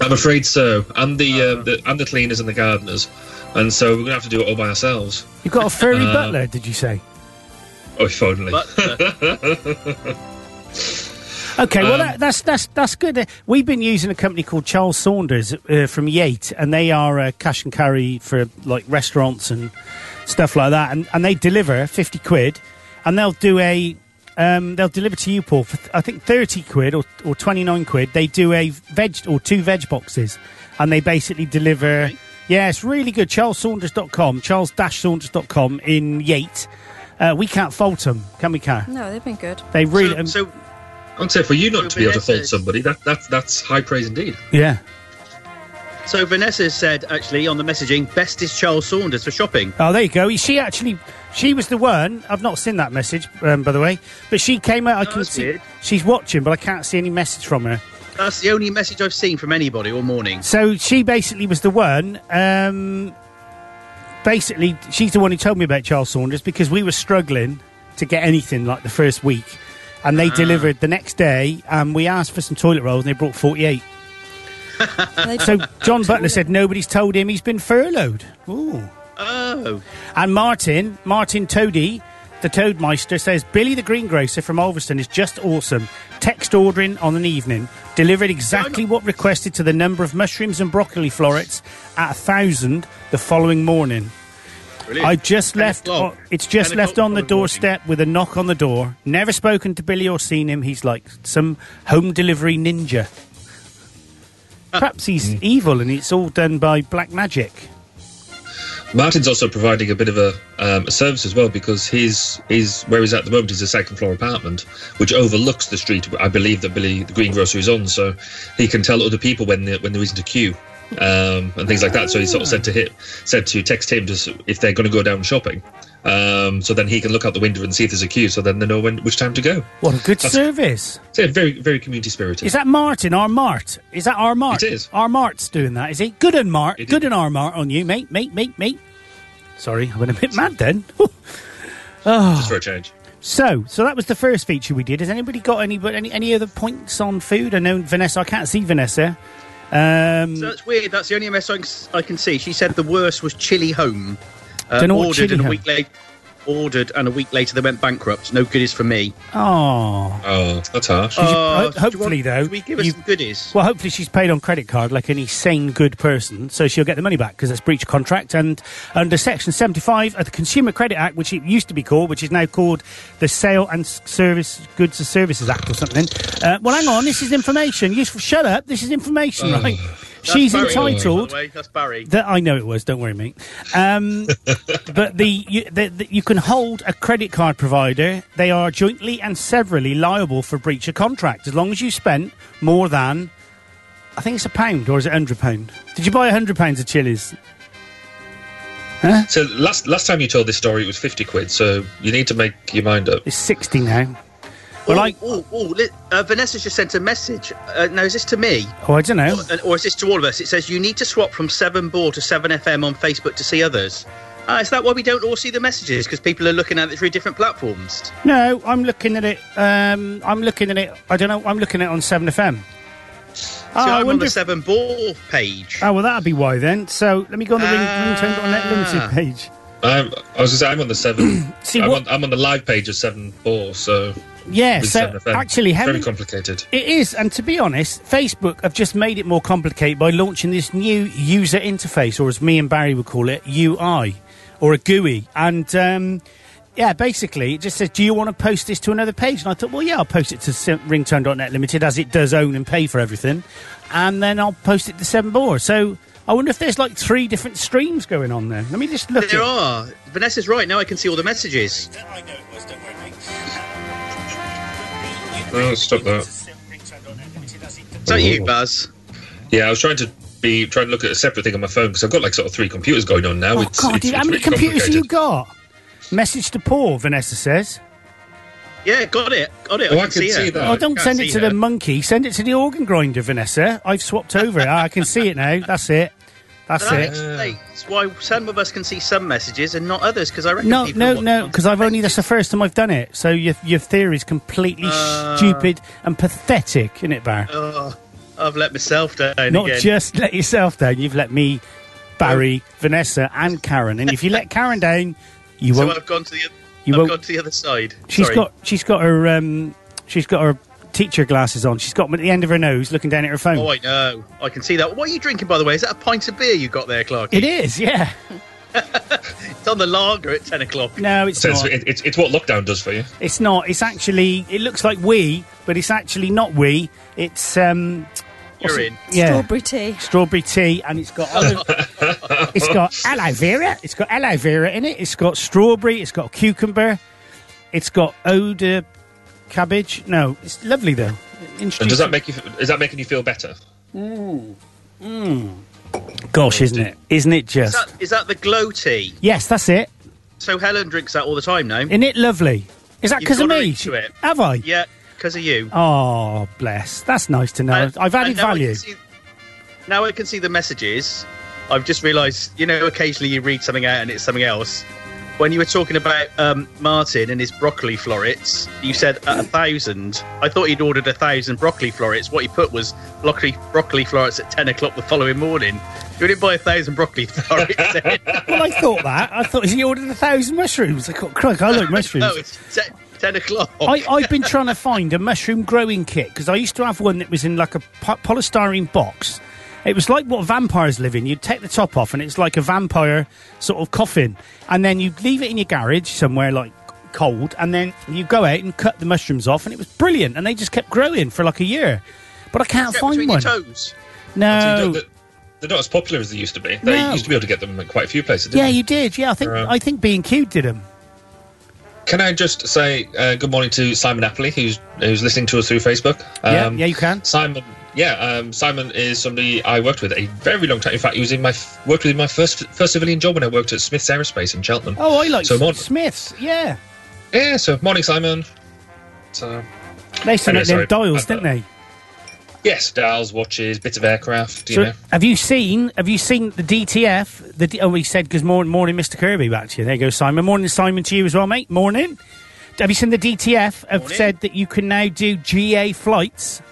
S7: I'm afraid so, and the, uh,
S6: Uh-huh.
S7: the and the cleaners and the gardeners, and so we're gonna have to do it all by ourselves.
S5: You've got a furry
S7: Uh,
S5: butler, did you say?
S7: Oh, if only.
S6: Butler.
S5: Okay, well
S7: Um,
S5: that, that's that's that's good. Uh, We've been using a company called Charles Saunders uh, from Yate, and they are uh, cash and carry for like restaurants and stuff like that, and, and they deliver fifty quid, and they'll do a um, they'll deliver to you, Paul, for th- I think thirty quid or, or twenty nine quid. They do a veg or two veg boxes, and they basically deliver. Yeah, it's really good. CharlesSaunders.com, Charles-Saunders.com in Yate. Uh, we can't fault them, can we, Car?
S2: No, they've been good.
S5: They really,
S6: So,
S5: um,
S6: so
S7: I'd say for you not to be able to fault
S6: Vanessa's-
S7: somebody, that, that that's high praise indeed.
S5: yeah.
S6: So Vanessa said actually on the messaging, best is Charles Saunders for shopping.
S5: Oh, there you go. She actually, she was the one. I've not seen that message, um, by the way. But she came out. I can
S6: that's
S5: see
S6: weird.
S5: she's watching, but I can't see any message from her.
S6: That's the only message I've seen from anybody all morning.
S5: So she basically was the one. Um, basically, she's the one who told me about Charles Saunders because we were struggling to get anything like the first week, and
S6: Ah.
S5: they delivered the next day. And we asked for some toilet rolls, and they brought forty-eight.
S2: And they-
S5: So John Butler said nobody's told him he's been furloughed. Ooh.
S6: Oh,
S5: And Martin, Martin Toady, the Toadmeister, says Billy the Greengrocer from Ulverston is just awesome. Text ordering on an evening, delivered exactly what requested to the number of mushrooms and broccoli florets at a thousand the following morning.
S6: brilliant.
S5: I just
S6: Ten
S5: left.
S6: o'clock.
S5: o- it's just
S6: Ten
S5: left
S6: o'clock
S5: on the
S6: in morning.
S5: doorstep with a knock on the door. Never spoken to Billy or seen him. He's like some home delivery ninja. Perhaps he's evil and it's all done by black magic.
S7: Martin's also providing a bit of a, um, a service as well because his his where he's at the moment is a second floor apartment which overlooks the street. I believe that Billy the greengrocer is on, so he can tell other people when the, when there isn't a queue. um, and things like that. So he sort of said to hit, said to text him just if they're going to go down shopping, um, so then he can look out the window and see if there's a queue, so then they know when which time to go.
S5: What a good
S7: That's-
S5: service.
S7: So yeah, very very community spirited.
S5: Is that Martin or Mart? Is that our Mart?
S7: It is.
S5: Our Mart's doing that, is he? Good and Mart. Good and our Mart on you, mate, mate, mate, mate. Sorry, I went a bit mad then. oh.
S7: just for a change?
S5: So, so that was the first feature we did. Has anybody got any but any any other points on food? I know Vanessa. I can't see Vanessa. Um,
S6: So that's weird. That's the only MS I can, I can see. She said the worst was Chili Home.
S5: Don't know what
S6: Uh, ordered
S5: Chili
S6: and a
S5: Home-
S6: week later, ordered and a week later they went bankrupt. No goodies for me.
S5: oh,
S7: Oh, that's harsh.
S5: Did you-
S6: Uh,
S5: ho-
S6: do you
S5: hopefully,
S6: want-
S5: though,
S6: do we give us
S5: you-
S6: some goodies.
S5: Well, hopefully she's paid on credit card like any sane, good person, so she'll get the money back because that's breach of contract. And under Section 75 of the Consumer Credit Act, which it used to be called, which is now called the Sale and S- Service Goods and Services Act or something. Uh, well, hang on, this is information. You s- shut up. This is information,
S6: Ugh.
S5: right?
S6: That's
S5: She's
S6: Barry, by the
S5: entitled.
S6: way. That's Barry.
S5: That I know it was. Don't worry, mate. Um, but the you, the, the you can hold a credit card provider. They are jointly and severally liable for breach of contract as long as you spent more than, I think it's a pound or is it hundred pound? Did you buy hundred pounds of chilies?
S7: So last last time you told this story, it was fifty quid. So you need to make your mind up.
S5: It's sixty now. Well,
S6: ooh,
S5: I
S6: ooh, ooh, li- uh, Vanessa just sent a message. Uh, now, is this to me?
S5: oh I don't know.
S6: Or, or is this to all of us? It says you need to swap from 7 Ball to 7FM on Facebook to see others. Ah, is that why we don't all see the messages? Because people are looking at it through different platforms.
S5: No, I'm looking at it. Um, I'm looking at it. I don't know. I'm looking at it on Seven FM.
S6: See,
S5: Oh, I
S6: I'm on
S5: wonder.
S6: the
S5: If,
S6: 7 Ball page.
S5: oh well, that'd be why then. So let me go on the ring, ringtone.net
S6: Ah.
S5: limited page.
S7: I'm, I was going to say I'm on the seven.
S5: See,
S7: I'm,
S5: what-
S7: on, I'm on the live page of seven four. So
S5: Yeah,
S7: with
S5: so
S7: 7FM.
S5: actually, how
S7: very
S5: many-
S7: complicated.
S5: It is, and to be honest, Facebook have just made it more complicated by launching this new user interface, or as me and Barry would call it, UI, or a GUI. And um, yeah, basically, it just says, Do you want to post this to another page? And I thought, Well, yeah, I'll post it to Sim- ringtone.net limited as it does own and pay for everything. And then I'll post it to Seven Bore. So I wonder if there's like three different streams going on there. Let me just look.
S6: There
S5: at-
S6: are. Vanessa's right. Now I can see all the messages.
S7: Oh, stop that.
S6: Is
S7: Oh,
S6: that
S5: Oh.
S6: you, Buzz?
S7: Yeah, I was trying to be trying to look at a separate thing on my phone because I've got like sort of three computers going on now.
S5: Oh,
S7: it's,
S5: God,
S7: it's-
S5: dude, how
S7: it's
S5: many
S7: really
S5: computers have you
S7: complicated.
S5: got? Message to Paul, Vanessa says.
S6: Yeah, got it. Got it.
S7: Oh,
S6: I
S7: I
S6: can,
S7: can
S6: see,
S7: see
S6: her.
S7: that.
S5: Oh, don't
S6: Can't
S5: send it
S6: see
S5: to
S6: her.
S5: the monkey. Send it to the organ grinder, Vanessa. I've swapped over it. Ah, I can see it now. That's it. That's
S6: that
S5: it.
S6: explains Ah, why some of us can see some messages and not others because I reckon
S5: No,
S6: people
S5: no,
S6: watch
S5: no,
S6: on-
S5: because I've only, that's the first time I've done it. So your, your theory is completely
S6: Uh.
S5: stupid and pathetic, isn't it, Barry?
S6: Oh, I've let myself down
S5: Not
S6: again.
S5: just let yourself down. You've let me, Barry, Vanessa, and Karen. And if you let Karen down, you
S6: so
S5: won't.
S6: I've gone to the
S5: You
S6: I've
S5: won't-
S6: gone to the other side.
S5: She's
S6: Sorry.
S5: got she's got her um she's got her teacher glasses on. She's got them at the end of her nose, looking down at her phone.
S6: Oh, I know. I can see that. What are you drinking, by the way? Is that a pint of beer you got there, Clark?
S5: It is, yeah.
S6: It's on the lager at ten o'clock.
S5: No, it's
S7: So it's,
S5: not.
S7: it, it's, it's what lockdown does for you.
S5: It's not. It's actually. It looks like we, but it's actually not we. It's um,
S6: You're in.
S5: yeah,
S2: Strawberry tea.
S5: strawberry tea, and it's got other, it's got aloe vera. It's got aloe vera in it. It's got strawberry. It's got cucumber. It's got odor cabbage. No, it's lovely though.
S7: And
S5: Introduce-
S7: does that make you? Is that making you feel better?
S5: Gosh, isn't it? Isn't it
S6: Is
S5: just?
S6: that, is that the glow tea?
S5: Yes, that's it.
S6: So Helen drinks that all the time now.
S5: Isn't it lovely? Is that
S6: You've
S5: because of
S6: got her
S5: me?
S6: into it.
S5: Have I?
S6: Yeah, because of you.
S5: Oh, bless. That's nice to know.
S6: And-
S5: I've added
S6: and now I can
S5: value.
S6: see- now I can see the messages. I've just realised, you know, occasionally you read something out and it's something else. When you were talking about um, Martin and his broccoli florets, you said at a thousand. I thought he'd ordered a thousand broccoli florets. What he put was broccoli, broccoli florets at 10 o'clock the following morning. You didn't buy a thousand broccoli florets then.
S5: Well, I thought that. I thought he ordered a thousand mushrooms. I got crunk. I like mushrooms.
S6: no, it's te- 10 o'clock.
S5: I, I've been trying to find a mushroom growing kit because I used to have one that was in like a po- polystyrene box. It was like what vampires live in. You'd take the top off, and it's like a vampire sort of coffin. And then you'd leave it in your garage somewhere like cold, and then you go out and cut the mushrooms off, and it was brilliant. And they just kept growing for like a year. But I can't
S6: Get
S5: find
S6: between
S5: one.
S6: your toes.
S7: So you
S5: No.
S7: don't- they're, they're not as popular as they used to be. They
S5: Oh. No.
S7: used to be able to get them at quite a few places. Didn't
S5: Yeah,
S7: they?
S5: you did. Yeah, I think
S7: Uh,
S5: I think B and Q did them.
S7: Can I just say uh, good morning to Simon Appley, who's who's listening to us through Facebook?
S5: Yeah, yeah, you can.
S7: Simon Yeah, um, Simon is somebody I worked with a very long time. In fact, he was in my f- worked with my first first civilian job when I worked at Smiths Aerospace in Cheltenham.
S5: Oh, I like
S7: so morning,
S5: Smiths. Yeah,
S7: yeah. So morning, Simon. So
S5: they used to
S7: Anyway,
S5: make their
S7: sorry.
S5: dials, didn't they?
S7: yes, dials, watches, bits of aircraft. You
S5: So,
S7: know,
S5: have you seen? Have you seen the DTF? The D- oh, we said because morning, morning, Mr. Kirby back to you. There you go, Simon. Morning, Simon, to you as well, mate. Morning. Have you seen the DTF? Have said that you can now do GA flights,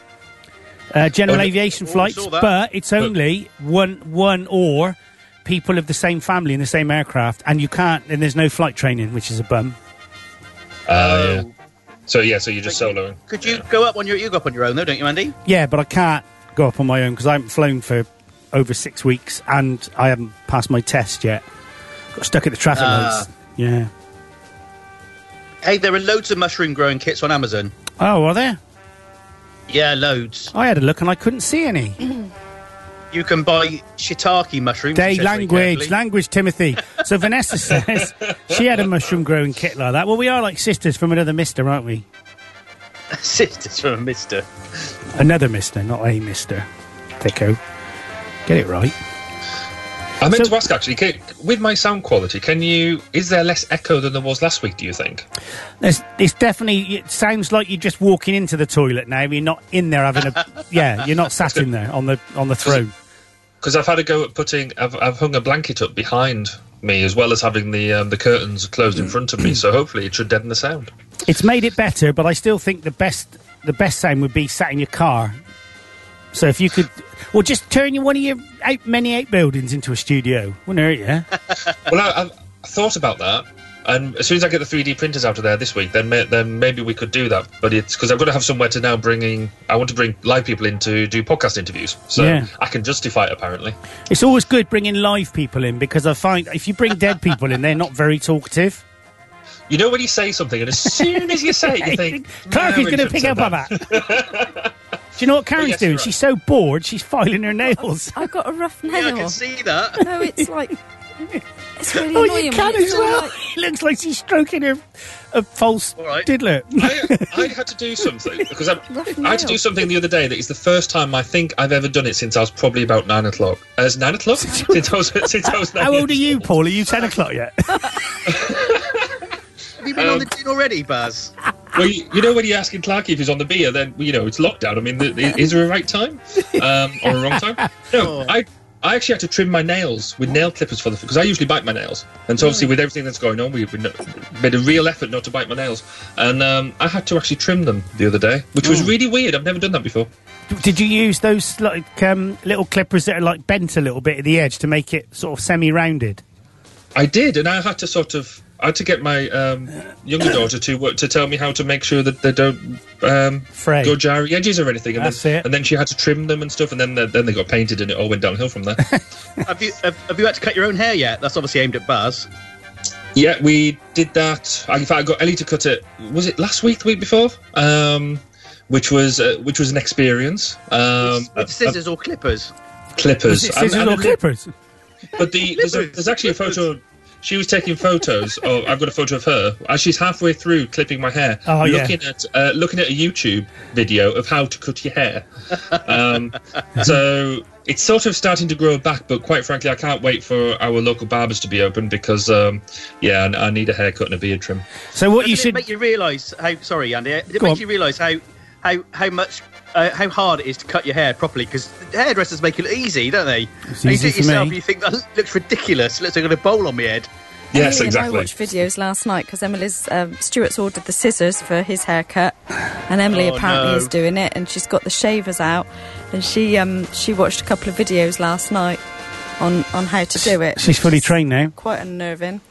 S5: uh, general
S7: Oh,
S5: aviation
S7: oh, I
S5: flights,
S7: saw that.
S5: but it's
S7: But-
S5: only one, one or people of the same family in the same aircraft, and you can't. And there's no flight training, which is a bum. Oh.
S7: uh, yeah. So yeah, so you're just soloing.
S6: Could you go up on your you go up on your own though, don't you, Andy?
S5: Yeah, but I can't go up on my own because I haven't flown for over six weeks and I haven't passed my test yet. Got stuck at the traffic
S6: Ah.
S5: lights. Yeah.
S6: Hey, there are loads of mushroom growing kits on Amazon.
S5: Oh, are there?
S6: Yeah, loads.
S5: I had a look and I couldn't see any.
S6: You can buy shiitake mushrooms.
S5: Day
S6: it says very
S5: language,
S6: carefully.
S5: language, Timothy. So Vanessa says she had a mushroom growing kit like that. Well, we are like sisters from another mister, aren't we?
S6: Sisters from a mister.
S5: Another mister, not a mister. Thicko. Get it right.
S7: I meant to ask actually, can, with my sound quality, can you? Is there less echo than there was last week? Do you think?
S5: There's, it's definitely. It sounds like you're just walking into the toilet now. You're not in there having a. yeah, you're not sat in there on the on the throne.
S7: Because I've had a go at putting, I've, I've hung a blanket up behind me as well as having the um, the curtains closed
S5: Mm.
S7: in front of me. So hopefully it should deaden the sound.
S5: It's made it better, but I still think the best the best sound would be sat in your car. So if you could, well, just turn your, one of your eight, many eight buildings into a studio. Wouldn't hurt you.
S7: well, I, I, I thought about that, and as soon as I get the 3D printers out of there this week, then may, then maybe we could do that. But it's because I've got to have somewhere to now bringing. I want to bring live people in to do podcast interviews, so
S5: Yeah.
S7: I can justify it apparently.
S5: It's always good bringing live people in because I find if you bring dead people in, they're not very talkative.
S7: You know when you say something, and as soon as you say it, you think
S5: Clark
S7: "No,
S5: is
S7: we
S5: going to
S7: shouldn't
S5: pick
S7: say
S5: up on that. Do you know what Karen's
S7: yes,
S5: doing?
S7: you're right.
S5: She's so bored, she's filing her nails.
S2: I've got a rough nail.
S6: I can see that.
S2: No, it's like it's really
S5: oh,
S2: annoying.
S5: you can
S2: when it's
S5: as
S2: all
S5: well.
S2: like-
S5: it looks like she's stroking her a false
S7: right.
S5: diddler.
S7: I, I had to do something because I, I had to do something the other day that is the first time I think I've ever done it since I was probably about nine o'clock. As nine o'clock since I was since I was nine.
S5: How old are you, Paul? Are you ten o'clock yet?
S6: Have you been on the
S7: Um,
S6: gin already, Baz?
S7: Well, you, you know when you're asking Clarky if he's on the beer, then you know it's lockdown. I mean, th- th- is there a right time um, or a wrong time? No, I I actually had to trim my nails with nail clippers for the because I usually bite my nails, and so obviously with everything that's going on, we, we no- made a real effort not to bite my nails, and um, I had to actually trim them the other day, which
S5: Oh.
S7: was really weird. I've never done that before.
S5: Did you use those like um, little clippers that are like bent a little bit at the edge to make it sort of semi-rounded?
S7: I did, and I had to sort of I had to get my um, younger daughter to work to tell me how to make sure that they don't um,
S5: Fray.
S7: go jarry edges or anything. And
S5: That's
S7: then,
S5: it.
S7: And then she had to trim them and stuff, and then they- then they got painted, and it all went downhill from there.
S6: Have you have, have you had to cut your own hair yet? That's obviously aimed at Baz.
S7: Uh, yeah, we did that. I, in fact, I got Ellie to cut it. Was it last week? The week before? Um, which was uh, which was an experience. Um,
S6: With scissors or clippers?
S5: Is
S7: clippers.
S5: it
S7: I'm-
S5: scissors
S7: I'm
S5: or
S7: a-
S5: clippers?
S7: But the there's, a, there's actually a photo. She was taking photos. Oh, I've got a photo of her. As she's halfway through clipping my hair,
S5: Oh, yeah.
S7: looking at uh, looking at a YouTube video of how to cut your hair. Um, so it's sort of starting to grow back, but quite frankly, I can't wait for our local barbers to be open because, um, yeah, I, I need a haircut and a beard trim.
S5: So what you
S6: Doesn't it
S5: should
S6: make you realise how sorry, Andy. Did it
S5: Go
S6: make
S5: on.
S6: you realise how how how much uh, how hard it is to cut your hair properly? Because hairdressers make it look easy, don't they?
S5: It's
S6: And you
S5: easy
S6: do it
S5: for
S6: yourself,
S5: me.
S6: you think that looks ridiculous. It looks like I've got a bowl on my head.
S7: Yes,
S2: Emily and
S7: exactly.
S2: I watched videos last night because Emily's um, Stuart's ordered the scissors for his haircut, and Emily
S6: Oh,
S2: apparently
S6: no.
S2: is doing it, and she's got the shavers out, and she um, she watched a couple of videos last night on on how to do it.
S5: she's fully trained now.
S2: Quite unnerving.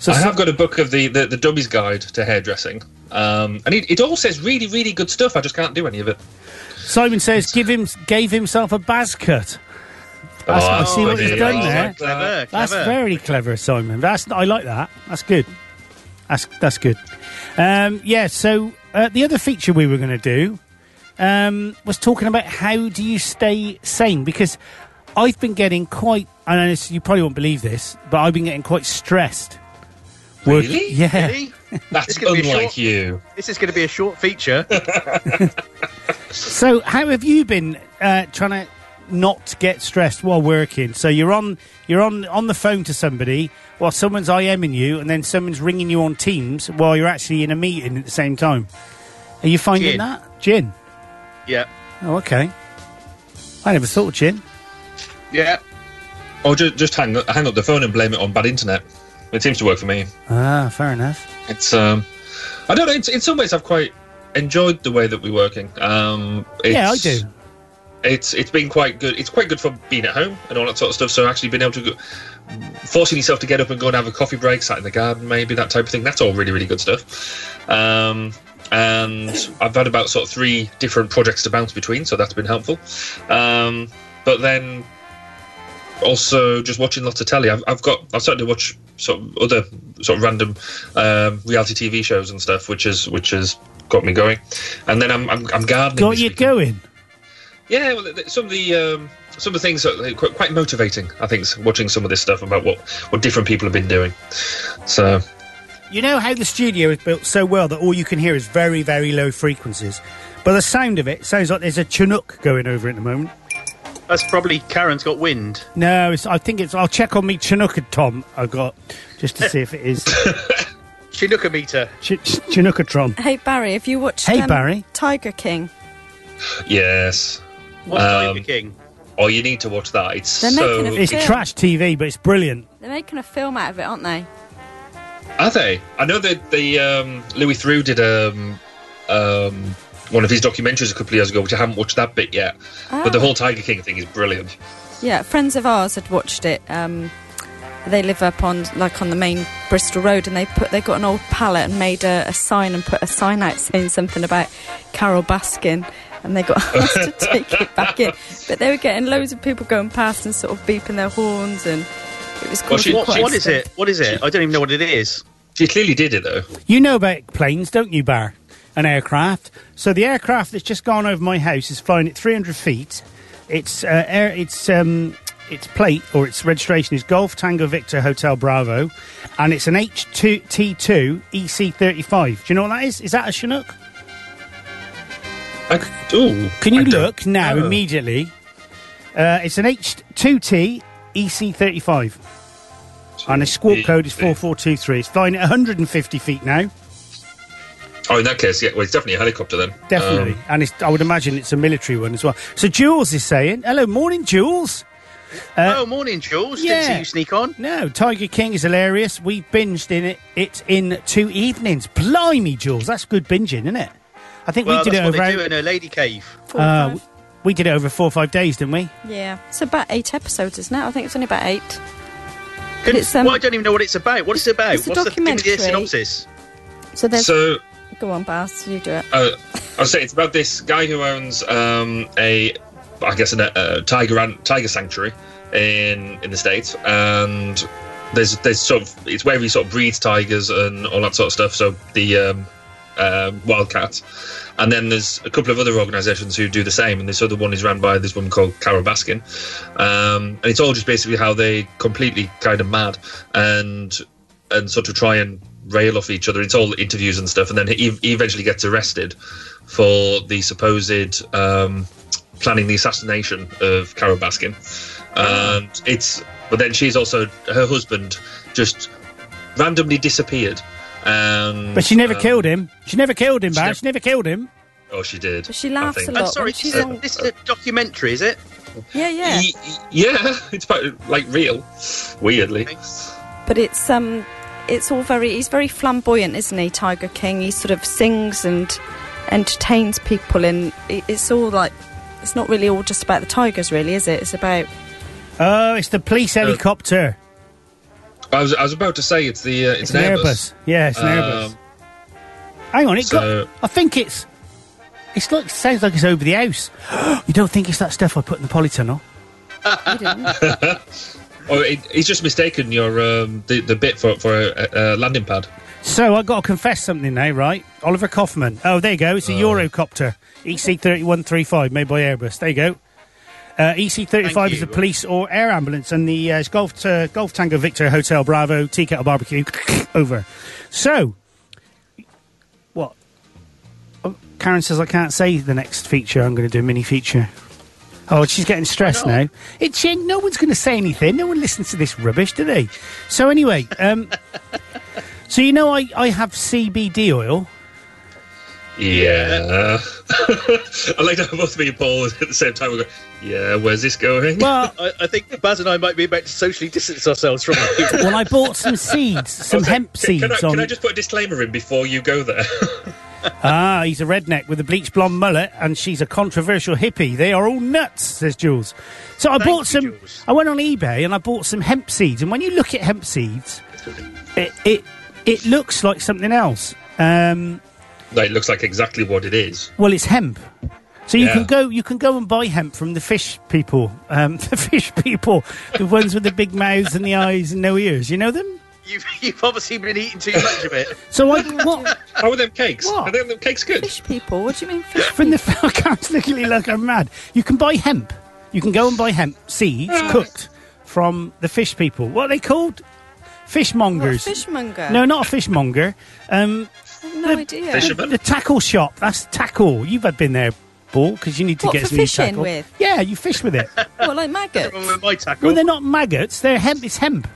S5: So
S7: I have got a book of the the, the Dummies Guide to Hairdressing, um, and it, it all says really really good stuff. I just can't do any of it.
S5: Simon says, "Give him, gave himself a buzz cut." That's
S7: Oh,
S5: I see what he's
S7: bloody
S5: done
S7: hell.
S5: there.
S6: Oh, Clever,
S5: That's
S6: clever.
S5: very clever, Simon. That's I like that. That's good. That's that's good. Um, yeah. So uh, the other feature we were going to do um, was talking about how do you stay sane because I've been getting quite. And I know this- you probably won't believe this, but I've been getting quite stressed. Work-
S7: Really?
S5: Yeah.
S6: See?
S7: That's
S6: It's gonna be a
S7: unlike
S6: short-
S7: you.
S6: This is going to be a short feature.
S5: So how have you been uh, trying to not get stressed while working. So you're on you're on on the phone to somebody while someone's IMing you, and then someone's ringing you on Teams while you're actually in a meeting at the same time. Are you finding
S6: Gin.
S5: that gin?
S6: Yeah.
S5: Oh, okay. I never thought of gin.
S6: Yeah.
S7: Or just, Oh, just hang, hang up the phone and blame it on bad internet. It seems to work for me.
S5: Ah, fair enough.
S7: It's um, I don't know. It's, in some ways, I've quite enjoyed the way that we're working. Um, it's,
S5: Yeah, I do.
S7: It's it's been quite good. It's quite good for being at home and all that sort of stuff. So actually being able to go, forcing yourself to get up and go and have a coffee break, sat in the garden, maybe that type of thing. That's all really really good stuff. Um, and I've had about sort of three different projects to bounce between, so that's been helpful. Um, but then also just watching lots of telly. I've, I've got I've started to watch sort of other sort of random um, reality TV shows and stuff, which is which has got me going. And then I'm I'm, I'm gardening.
S5: Got you going.
S7: Yeah, well, th- th- some of the um, some of the things are quite, quite motivating. I think s- watching some of this stuff about what what different people have been doing. So
S5: You know how the studio is built so well that all you can hear is very, very low frequencies. But the sound of it sounds like there's a Chinook going over it at the moment.
S6: That's probably Karen's got wind.
S5: No, it's, I think it's. I'll check on me Chinooka Tom I've got just to see if it is
S6: Chinooka meter.
S5: Ch- Ch- Chinookatron.
S2: Hey Barry, have you watched? um,
S5: Hey, Barry.
S2: Tiger King.
S7: yes,
S6: What's
S7: Um,
S6: King?
S7: Oh, you need to watch that. It's
S2: They're
S7: so
S2: making a
S5: It's trash TV, but it's brilliant.
S2: They're making a film out of it, aren't they?
S7: Are they? I know that the um, Louis Theroux did um, um, one of his documentaries a couple of years ago, which I haven't watched that bit yet. But the
S2: Ah.
S7: whole Tiger King thing is brilliant.
S2: Yeah, friends of ours had watched it. Um, they live up on like on the main Bristol Road, and they put they got an old pallet and made a, a sign and put a sign out saying something about Carol Baskin, and they got asked to take it back in. But they were getting loads of people going past and sort of beeping their horns, and it was
S6: Well,
S2: called
S6: she, what,
S2: quite
S6: what is it?
S2: something.
S6: What is it? I don't even know what it is.
S7: She clearly did it though.
S5: You know about planes, don't you, Bar? An aircraft. So the aircraft that's just gone over my house is flying at 300 feet. Its uh, air, its um, its plate or its registration is Golf Tango Victor Hotel Bravo, and it's an H2 T2 EC35. Do you know what that is? Is that a Chinook?
S7: I, ooh,
S5: Can you
S7: I don't
S5: look now
S7: know.
S5: immediately? Uh, it's an H2T EC35. And the squawk code is 4423. It's flying at 150 feet now,
S7: Oh, in that case, yeah, well, it's definitely a helicopter then.
S5: definitely.
S7: Um,
S5: and it's, I would imagine it's a military one as well. So Jules is saying, hello, morning, Jules. Uh,
S6: oh, morning, Jules. Didn't see
S5: yeah.
S6: you sneak on.
S5: No, Tiger King is hilarious. We binged in it, it in two evenings. Blimey, Jules, that's good binging, isn't it? I think
S6: well,
S5: we did
S6: that's
S5: it
S6: what they do
S5: over...
S6: in a lady cave.
S2: Four or
S5: uh,
S2: five.
S5: we did it over four or five days, didn't we?
S2: Yeah, it's about eight episodes, isn't it? I think it's only about eight.
S6: Couldn't-
S2: it's, um,
S6: well, I don't even know what it's about. What is it about?
S2: it's a
S6: What's the, give me
S2: documentary.
S6: the synopsis?
S2: So there's
S7: so
S2: go on, Bas, you do it.
S7: uh, I'll say it's about this guy who owns um, a, I guess, a uh, tiger an- tiger sanctuary in in the states, and there's there's sort of it's where he sort of breeds tigers and all that sort of stuff. So the um, uh, wildcat, and then there's a couple of other organisations who do the same. And this other one is run by this woman called Carol Baskin, um, and it's all just basically how they completely kind of mad and and sort of try and rail off each other. It's all interviews and stuff, and then he, he eventually gets arrested for the supposed um, planning the assassination of Carol Baskin. And it's but then she's also her husband just randomly disappeared. And,
S5: But she never
S7: um,
S5: killed him. She never killed him, Bar.
S7: never-
S5: She never killed him.
S7: Oh, she did.
S2: But she
S7: I
S2: laughs
S7: think.
S2: a
S6: I'm
S2: lot.
S6: Oh, sorry,
S2: when she's
S6: this,
S2: on-
S6: this is a documentary, is it?
S2: yeah, yeah.
S7: Y- y- Yeah, it's about like real, weirdly.
S2: but it's um it's all very he's very flamboyant isn't he tiger king he sort of sings and entertains people and i- it's all like it's not really all just about the tigers really is it it's about
S5: Oh, it's the police helicopter.
S7: I was, I was about to say it's the uh, it's,
S5: It's an Airbus. Yeah, it's an Airbus.
S7: Um,
S5: Hang on, it
S7: so-
S5: got. I think it's. It's like sounds like it's over the house. you don't think it's that stuff I put in the polytunnel?
S7: Oh, it, he's just mistaken your um, the the bit for for a, a landing pad.
S5: So I've got to confess something now, right? Oliver Kaufman. Oh, there you go. It's a Eurocopter. E EC3135, made by Airbus. There you go. Uh, EC35
S6: Thank
S5: is the
S6: you.
S5: police or air ambulance, and the uh, it's Golf, uh, Golf Tango Victor Hotel Bravo, Tea Kettle Barbecue, over. So, what? Oh, Karen says I can't say the next feature. I'm going to do a mini feature. Oh, she's getting stressed now. It, she, no one's going to say anything. No one listens to this rubbish, do they? So anyway, um, so you know, I, I have CBD oil.
S7: Yeah. I like to have both me and Paul at the same time. We go, yeah, where's this going?
S5: Well,
S6: I, I think Baz and I might be about to socially distance ourselves from it.
S5: Well, I bought some seeds, some
S7: Okay,
S5: hemp
S7: can-
S5: seeds.
S7: Can I,
S5: on...
S7: can I just put a disclaimer in before you go there?
S5: ah, he's a redneck with a bleach blonde mullet, and she's a controversial hippie. They are all nuts, says Jules. So I bought some. I went on eBay and I bought some hemp seeds. And when you look at hemp seeds, it it, it looks like something else. Um,
S7: no, it looks like exactly what it is.
S5: well, it's hemp. So you
S7: Yeah.
S5: can go you can go and buy hemp from the fish people, um, the fish people, the ones with the big mouths and the eyes and no ears. You know them?
S6: You've, you've obviously been eating too much of it.
S5: So I what?
S7: How are them cakes?
S5: What?
S7: Are them, them cakes good?
S2: Fish people. What do you mean? Fish?
S5: From the forecast, looking at you like I'm mad. You can buy hemp. You can go and buy hemp seeds cooked from the fish people. What are they called? Fishmongers.
S2: Fishmonger.
S5: No, not a fishmonger. Um,
S2: no idea.
S5: the, the tackle shop. That's tackle. You've had been there, Paul, because you need to
S2: What,
S5: get
S2: for
S5: some new
S2: fishing
S5: tackle.
S2: with?
S5: Yeah, you fish with it.
S2: What, like maggots?
S6: my tackle.
S5: well, they're not maggots. They're hemp. It's hemp.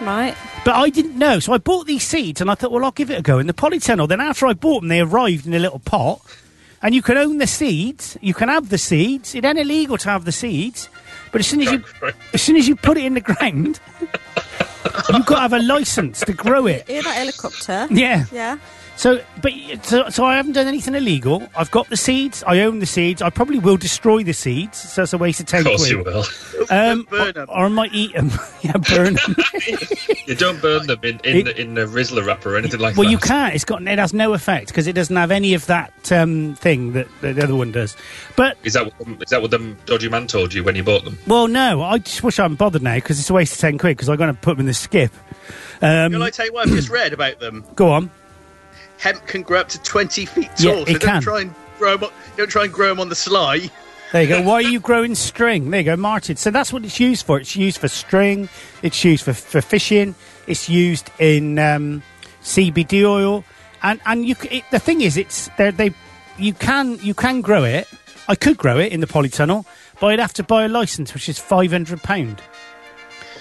S2: Right.
S5: But I didn't know, so I bought these seeds and I thought, well, I'll give it a go in the polytunnel. Then after I bought them, they arrived in a little pot, and you can own the seeds, you can have the seeds. It ain't illegal to have the seeds, but as soon as you, as soon as you put it in the ground, you've got to have a license to grow it.
S2: Hear that helicopter?
S5: Yeah.
S2: Yeah.
S5: So, but so, so I haven't done anything illegal. I've got the seeds. I own the seeds. I probably will destroy the seeds. So it's a waste of ten.
S7: Of course
S5: quid.
S7: you will.
S5: Um, or, or I might eat them. yeah, burn 'em.
S7: You don't burn them in in, the, in the Rizzler wrapper or anything like
S5: Well,
S7: that.
S5: you can't. It's got it has no effect because it doesn't have any of that um, thing that, that the other one does. But
S7: Is that what, is that what them dodgy man told you when you bought them?
S5: well, no, I just wish I hadn't bothered now because it's a waste of ten quid because I'm going to put them in the skip.
S6: Can I
S5: Um,
S6: tell you what I've just read about them?
S5: go on.
S6: Hemp can grow up to 20 feet
S5: Yeah,
S6: tall,
S5: it
S6: so don't
S5: can.
S6: try and grow them, don't try and grow 'em on the sly.
S5: There you go. Why are you growing string? There you go, marted. So that's what it's used for. It's used for string. It's used for, for fishing. It's used in um, CBD oil. And and you c- it, the thing is, it's they're- they you can you can grow it. I could grow it in the polytunnel, but I'd have to buy a license, which is five hundred pound.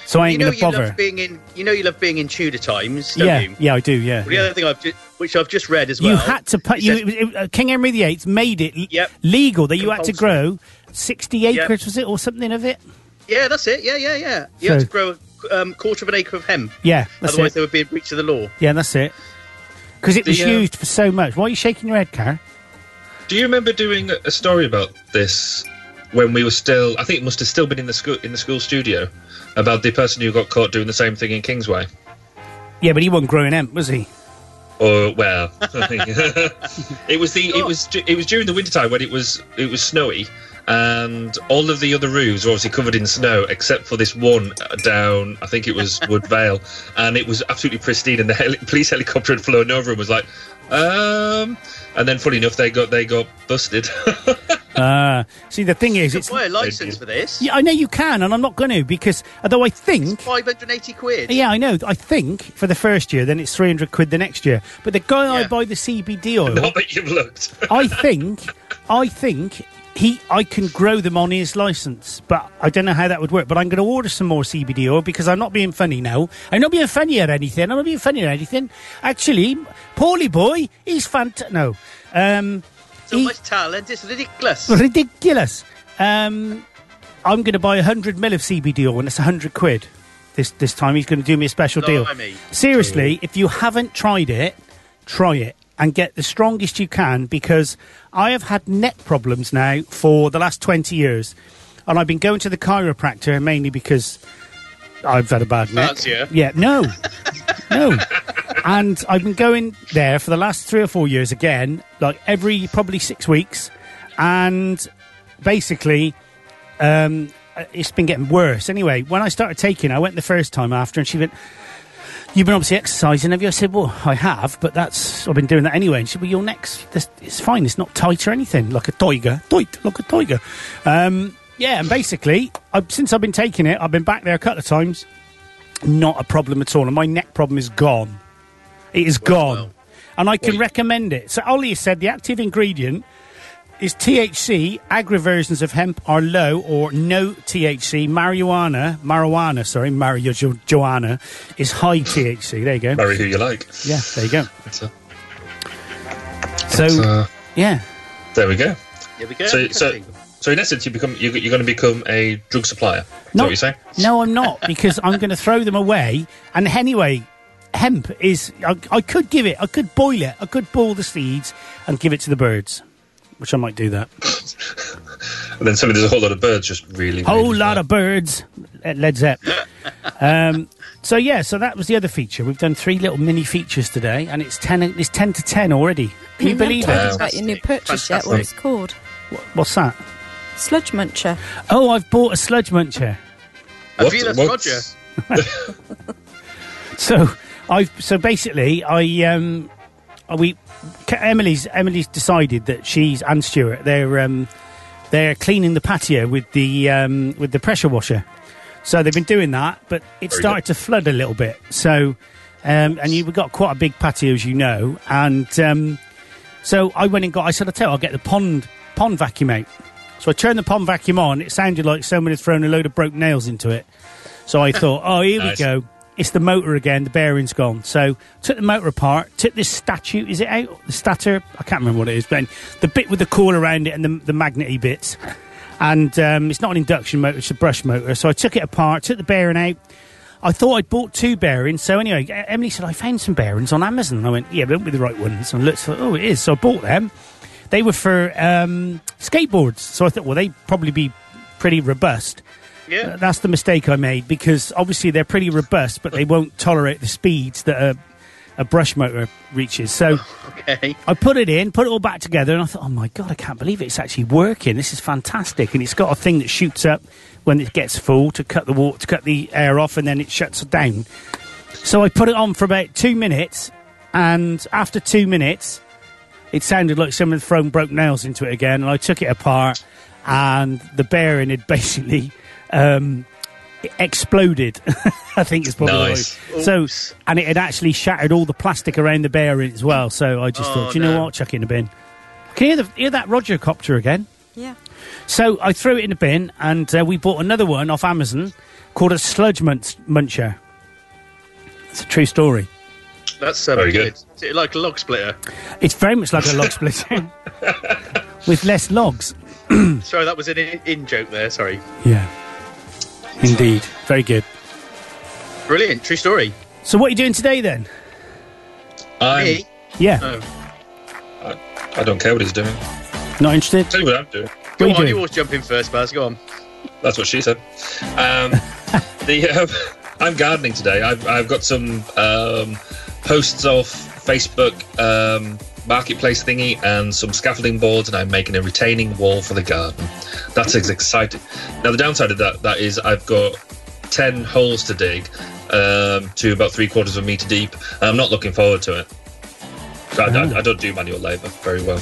S5: So I ain't
S6: you know
S5: gonna
S6: you
S5: bother.
S6: love being in you know you love being in Tudor times, don't
S5: Yeah,
S6: you?
S5: yeah, I do. Yeah.
S6: Well, the other thing I've ju- which I've just read as well.
S5: You had to put
S6: it
S5: you.
S6: says-
S5: It, was- it, uh, King Henry VIII made it l- legal that you had to grow sixty
S6: Yep.
S5: acres, was it, or something of it?
S6: Yeah, that's it. Yeah, yeah, yeah. You have
S5: So-
S6: to grow a um, quarter of an acre of hemp.
S5: Yeah, that's it.
S6: Otherwise, they would be in breach of the law.
S5: Yeah, that's it. Because it
S7: The,
S5: was
S7: uh,
S5: used for so much. Why are you shaking your head, Car?
S7: Do you remember doing a story about this when we were still? I think it must have still been in the school in the school studio about the person who got caught doing the same thing in Kingsway.
S5: Yeah, but he wasn't growing hemp, was he?
S7: Or well, it was the it was du- it was during the wintertime when it was it was snowy and all of the other roofs were obviously covered in snow except for this one uh, down I think it was Wood Vale and it was absolutely pristine and the heli- police helicopter had flown over and was like um and then funny enough they got they got busted.
S5: Uh, see, the thing is, it's.
S6: Buy a license for this.
S5: Yeah, I know you can, and I'm not going to because although I think.
S6: Five hundred and eighty quid.
S5: Yeah, I know. I think for the first year, then it's 300 quid the next year. But the guy I buy the CBD oil.
S7: Not that you've looked.
S5: I think, I think he, I can grow them on his license, but I don't know how that would work. But I'm going to order some more CBD oil because I'm not being funny now. I'm not being funny or anything. I'm not being funny or anything. Actually, Paulie boy, he's fant. No, um,
S6: So much talent. It's ridiculous.
S5: ridiculous. Um, I'm going to buy hundred mil of CBD oil, and it's hundred quid. This this time he's going to do me a special deal.
S6: Blimey.
S5: Seriously, if you haven't tried it, try it and get the strongest you can because I have had neck problems now for the last twenty years, and I've been going to the chiropractor mainly because I've had a bad neck.
S6: Fancier.
S5: Yeah, no, no. And I've been going there for the last three or four years again, like every probably six weeks, and basically, um, it's been getting worse. Anyway, when I started taking, it, I went the first time after, and she went, "You've been obviously exercising, have you?" I said, "Well, I have, but that's I've been doing that anyway." And she said, "Well, your neck's this, it's fine. It's not tight or anything, like a tiger, tight, like a tiger." Um, yeah, and basically, I've, since I've been taking it, I've been back there a couple of times not a problem at all. And my neck problem is gone. It is gone. And I can recommend it. So Ollie said the active ingredient is THC. Agri versions of hemp are low or no THC. Marijuana, marijuana, sorry, Maria jo- Joanna is high THC. There you go.
S7: Marry who you like.
S5: Yeah, there you go.
S7: So,
S5: So,
S7: uh,
S5: yeah.
S7: there we go.
S6: There we go.
S7: So, so, so in essence, you become you're, you're going to become a drug supplier. Is that what you're saying?
S5: No, I'm not because I'm going to throw them away. And anyway, hemp is. I, I could give it. I could boil it. I could boil the seeds and give it to the birds, which I might do that.
S7: And then suddenly there's a whole lot of birds just really.
S5: Whole lot of birds, at Led Zepp. um, so yeah, so that was the other feature. We've done three little mini features today, and it's ten. It's ten to ten already. Can you
S2: You've not
S5: believe
S2: told
S5: it?
S2: us about your new purchase yet, what it's called.
S5: What's that?
S2: Sludge Muncher.
S5: Oh, I've bought a sludge muncher.
S6: Have you left Roger?
S5: So I've so basically I um we K- Emily's Emily's decided that she's and Stuart they're um they're cleaning the patio with the um with the pressure washer. So they've been doing that, but it
S7: Very
S5: started to flood a little bit. So um and you've got quite a big patio as you know and um so I went and got I said I tell you, I'll get the pond pond vacuum out. So I turned the pond vacuum on, it sounded like someone had thrown a load of broke nails into it. So I thought, oh, here
S7: Nice.
S5: we go. It's the motor again. The bearing's gone. So took the motor apart. Took this statue. Is it out? The stator. I can't remember what it is. But the bit with the coil around it and the, the magnety bits. And um, it's not an induction motor. It's a brush motor. So I took it apart. Took the bearing out. I thought I'd bought two bearings. So anyway, E- Emily said I found some bearings on Amazon. And I went, yeah, but with the right ones. And I looked. Thought, oh, it is. So I bought them. They were for um, skateboards. So I thought, well, they'd probably be pretty robust. Uh,
S6: Yeah.
S5: That's the mistake I made because obviously they're pretty robust, but they won't tolerate the speeds that a, a brush motor reaches. So
S6: Okay.
S5: I put it in, put it all back together, and I thought, oh my God, I can't believe it. It's actually working. This is fantastic. And it's got a thing that shoots up when it gets full to cut the water, to cut the air off, and then it shuts it down. So I put it on for about two minutes, and after two minutes, it sounded like someone had thrown broke nails into it again, and I took it apart, and the bearing had basically um, exploded. I think it's probably
S7: Nice.
S5: what it was. so, and it had actually shattered all the plastic around the bearing as well. So I just
S6: Oh,
S5: thought, "Do you know
S6: no.
S5: what, chuck it in the bin. I can hear, the, hear that Roger copter again.
S2: Yeah.
S5: So I threw it in the bin, and uh, we bought another one off Amazon called a sludge munch- muncher. It's a true story.
S6: That's um,
S7: Very good.
S6: Is it like a log splitter?
S5: It's very much like a log splitter with less logs.
S6: Sorry, that was an in, in joke there. Sorry.
S5: Yeah, indeed, very good.
S6: Brilliant. True story.
S5: So what are you doing today then? Um,
S7: I'm,
S6: Me?
S5: Yeah,
S6: No.
S7: I don't care what he's doing.
S5: not interested.
S7: Tell you what I'm doing.
S5: What
S6: Go
S5: are you
S6: on, you
S5: doing?
S6: always jump in first, Baz. Go on.
S7: That's what she said. Um, the um, I'm gardening today. I've, I've got some um, posts off Facebook um, marketplace thingy and some scaffolding boards, and I'm making a retaining wall for the garden. That's ex- exciting. Now the downside of that that is I've got ten holes to dig um, to about three quarters of a meter deep. And I'm not looking forward to it. I, I, I don't do manual labour very well.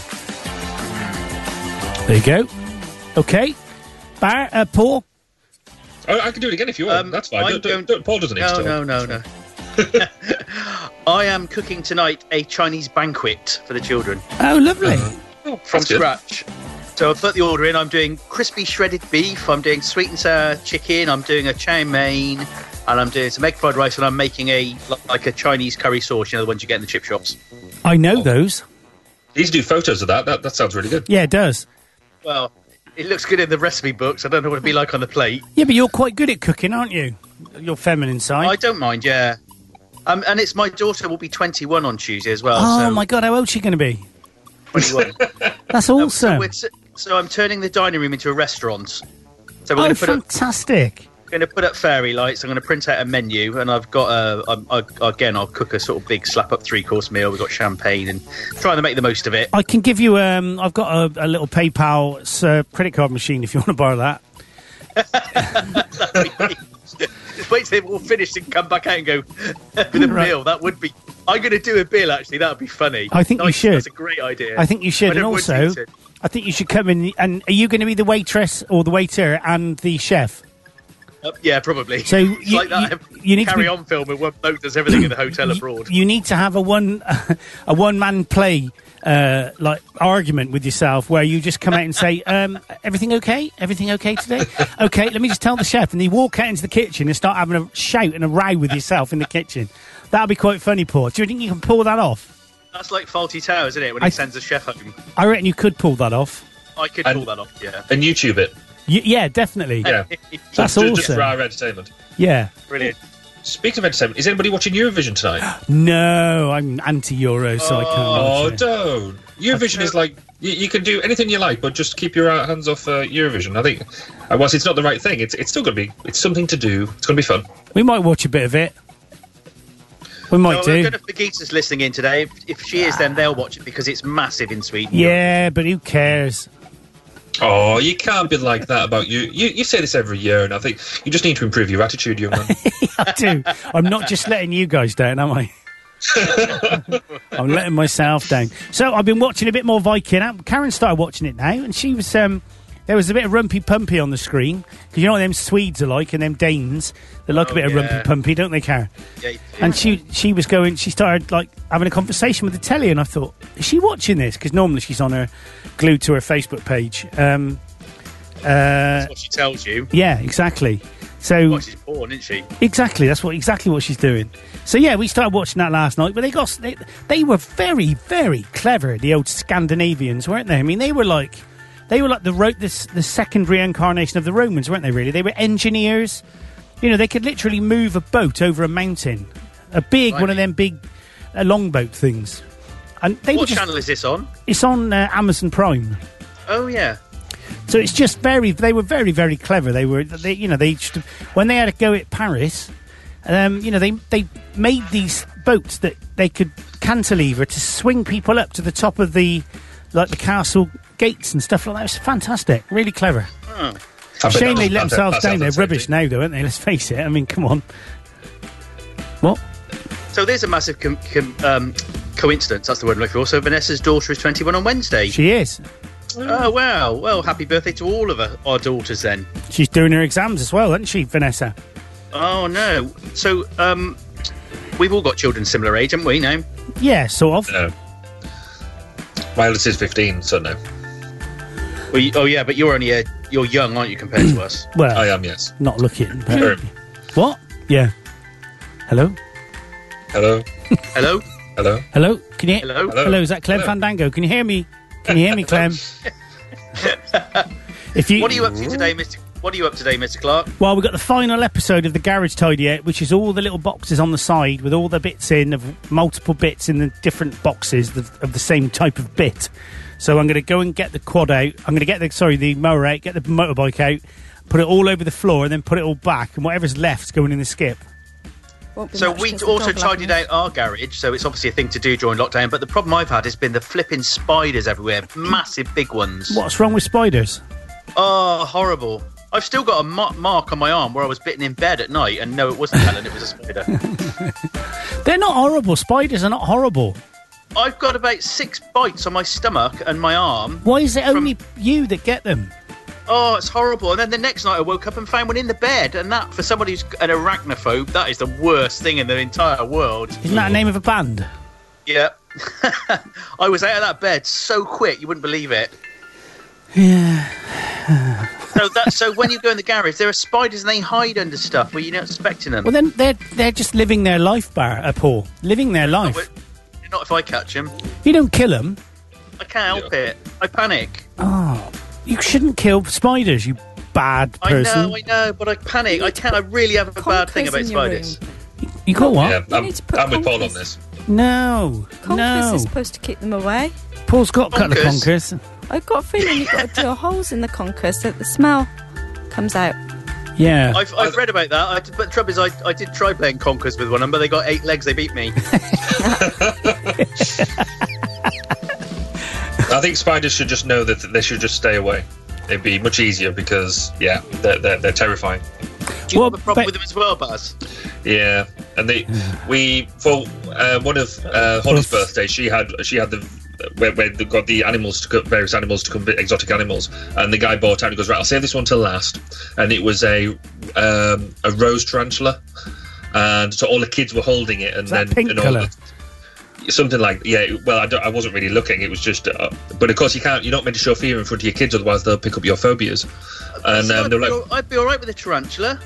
S5: There you go. Okay, Bar- uh, Paul.
S7: I, I can do it again if you want.
S6: Um,
S7: Oh, That's fine.
S6: I'm
S7: Don't,
S6: going-
S7: don't, don't, Paul doesn't need to
S6: No,
S7: talk.
S6: no, no, no. I am cooking tonight a Chinese banquet for the children
S5: Oh, lovely.
S6: from
S7: That's good.
S6: scratch. So I put the order in. I'm doing crispy shredded beef. I'm doing sweet and sour chicken. I'm doing a chow mein, and I'm doing some egg fried rice. And I'm making a like a Chinese curry sauce. You know the ones you get in the chip shops.
S5: I know those.
S7: These do photos of that. That, that sounds really good.
S5: Yeah, it does.
S6: Well, it looks good in the recipe books. I don't know what it'd be like on the plate.
S5: Yeah, but you're quite good at cooking, aren't you? Your feminine side.
S6: I don't mind. Yeah. Um, and it's my daughter will be 21 on Tuesday as well.
S5: oh
S6: so
S5: my God, how old's she going to be?
S6: 21.
S5: That's awesome.
S6: We're t- so I'm turning the dining room into a restaurant. So we're
S5: oh,
S6: going to put up,
S5: fantastic.
S6: going to put up fairy lights. I'm going to print out a menu, and I've got a I'm, I, again. I'll cook a sort of big slap up three course meal. We've got champagne and trying to make the most of it.
S5: I can give you. Um, I've got a, a little PayPal uh, credit card machine if you want to borrow that.
S6: Just wait till they've all finished and come back out and go with a
S5: Right.
S6: meal. That would be. I'm going to do a bill actually. That would be funny.
S5: I think you
S6: Nice,
S5: should.
S6: That's a great idea.
S5: I think you should,
S6: When
S5: and
S6: everyone's
S5: also,
S6: eaten.
S5: I think you should come in. And are you going to be the waitress or the waiter and the chef?
S6: up. uh, Yeah, probably.
S5: So
S6: It's
S5: you-
S6: like that
S5: you- you need to
S6: carry
S5: be-
S6: on film where one bloke does everything in the hotel abroad.
S5: You need to have a one a one man play uh, like argument with yourself where you just come out and say, um, "Everything okay? Everything okay today? Okay, let me just tell the chef." And you walk out into the kitchen and start having a shout and a row with yourself in the kitchen. That'd be quite funny, Paul. Do you think you can pull that off?
S6: That's like Faulty Towers, isn't it? When
S5: I-
S6: he sends a chef home,
S5: I reckon you could pull that off.
S6: I could
S7: And-
S6: pull that off. Yeah,
S7: And YouTube it.
S5: Y- yeah, definitely.
S7: Yeah.
S5: That's
S7: just, just- Just
S5: awesome.
S7: for our entertainment.
S5: Yeah.
S6: brilliant.
S7: Speaking of entertainment, is anybody watching Eurovision tonight?
S5: No, I'm anti-Euro, so I can't.
S7: oh,
S5: watch it.
S7: don't. Eurovision is like you, you can do anything you like, but just keep your uh, hands off uh, Eurovision. I think, uh, whilst it's not the right thing, it's it's still going to be. It's something to do. It's going to be fun.
S5: We might watch a bit of it. We might
S6: I'm
S5: do.
S6: going to Fagita's listening in today. If- If she is, then they'll watch it because it's massive in Sweden.
S5: Yeah, but who cares?
S7: Oh, you can't be like that about you. You you say this every year, and I think you just need to improve your attitude, young man.
S5: I do. I'm not just letting you guys down, am I? I'm letting myself down. So I've been watching a bit more Viking. Uh, Karen started watching it now, and she was um, there was a bit of rumpy pumpy on the screen because you know what them Swedes are like, and them Danes they like a
S6: Oh,
S5: bit of rumpy
S6: yeah.
S5: pumpy, don't they, Karen?
S6: Yeah, you do.
S5: And she she was going. She started like having a conversation with the telly, and I thought, is she watching this? Because normally she's on her glued to her Facebook page. Um, uh,
S6: That's what she tells you.
S5: yeah, exactly. So
S6: Well, she's born, isn't she?
S5: Exactly. That's what exactly what she's doing. So yeah, we started watching that last night, but they got they, they were very very clever. The old Scandinavians, weren't they? I mean, they were like they were like the ro- this the second reincarnation of the Romans, weren't they? Really, they were engineers. You know, they could literally move a boat over a mountain, a big one of them big uh, longboat things. And they were
S6: What
S5: just,
S6: channel is this on?
S5: it's on uh, Amazon Prime.
S6: Oh yeah.
S5: So it's just very. They were very, very clever. They were, they, you know, they just, when they had a go at Paris, um, you know, they they made these boats that they could cantilever to swing people up to the top of the like the castle gates and stuff like that. It was fantastic. Really clever.
S7: I bet
S5: Shame
S7: that-
S5: they let
S7: that-
S5: themselves
S7: that
S5: down.
S7: sounds
S5: They're
S7: entertaining.
S5: rubbish now, though, aren't they? Let's face it. I mean, come on. What?
S6: So there's a massive com- com- um, coincidence. That's the word I'm looking for. So Vanessa's daughter is 21 on Wednesday.
S5: She is.
S6: Oh wow! Well, happy birthday to all of her, our daughters then.
S5: She's doing her exams as well, isn't she, Vanessa?
S6: Oh no! So um, we've all got children similar age, haven't we? Now
S5: Yeah, sort of.
S7: No. My eldest is fifteen, so no.
S6: Well, you, oh yeah, but you're only a, you're young, aren't you, compared to us?
S5: Well,
S7: I am yes.
S5: not looking. but-
S7: Um,
S5: What? Yeah. Hello.
S7: hello,
S6: Hello,
S7: hello.
S5: Hello, can you?
S6: Hello?
S5: hello, is that Clem
S7: Hello.
S5: Fandango? Can you hear me? Can you hear me, Clem? if you,
S6: what are you up to today, Mister? What are you up today, Mister Clark?
S5: well, we've got the final episode of the Garage Tidy Out, which is all the little boxes on the side with all the bits in of multiple bits in the different boxes of, of the same type of bit. So I'm going to go and get the quad out. I'm going to get the sorry the mower out, get the motorbike out, put it all over the floor, and then put it all back. And whatever's left's going in the skip.
S2: Won't be
S6: So
S2: much
S6: we
S2: because the
S6: also
S2: dog
S6: tidied
S2: laughed.
S6: out our garage, so it's obviously a thing to do during lockdown. But the problem I've had has been the flipping spiders everywhere, massive big ones.
S5: What's wrong with spiders?
S6: Oh, horrible. I've still got a ma- mark on my arm where I was bitten in bed at night, and no, it wasn't Helen, it was a spider.
S5: They're not horrible. Spiders are not horrible.
S6: I've got about six bites on my stomach and my arm.
S5: Why is it
S6: From-
S5: only you that get them?
S6: Oh, it's horrible. And then the next night I woke up and found one in the bed, and that, for somebody who's an arachnophobe, that is the worst thing in the entire world.
S5: Isn't that the name of a band?
S6: Yeah. I was out of that bed so quick, you wouldn't believe it. Yeah. so that so when you go in the garage, there are spiders and they hide under stuff where you're not expecting them.
S5: Well, then they're they're just living their life, Bar uh, Paul. Living their life.
S6: Well, not if I catch them.
S5: You don't kill them.
S6: I can't help it. I panic.
S5: You shouldn't kill spiders. You bad person.
S6: I know, I know, but I panic. I can't. I really have a bad thing
S2: Conkers
S6: about
S2: in your
S6: spiders.
S2: room.
S5: You got what?
S7: Yeah, I'm,
S2: need to put
S7: I'm with Paul
S2: conkers.
S7: on this.
S5: No,
S2: Conkers
S5: no.
S2: is supposed to keep them away.
S5: Paul's got a couple of
S6: Conkers.
S5: conkers.
S2: I've got a feeling you've got to drill holes in the conkers so that the smell comes out.
S5: Yeah.
S6: I've, I've read about that. I did, but the trouble is, I, I did try playing Conkers with one of them, but they got eight legs. They beat me.
S7: I think spiders should just know that they should just stay away. It'd be much easier because, yeah, they're, they're, they're terrifying.
S6: Do you
S5: Well,
S6: have a problem
S5: but-
S6: with them as well, Baz?
S7: Yeah, and they we for uh, one of uh, Holly's birthday, she had she had the where, where they've got the animals to cut various animals to come exotic animals, and the guy bought out and goes right, I'll save this one till last, and it was a um, a rose tarantula, and so all the kids were holding it, and
S5: Is
S7: then
S5: that pink
S7: and all
S5: colour?
S7: the- something like yeah. Well, I, don't, I wasn't really looking. It was just, uh, but of course you can't. You're not meant to show fear in front of your kids, otherwise they'll pick up your phobias. And
S6: So
S7: um,
S6: I'd,
S7: they're
S6: be
S7: like,
S6: all, I'd be all right with a tarantula.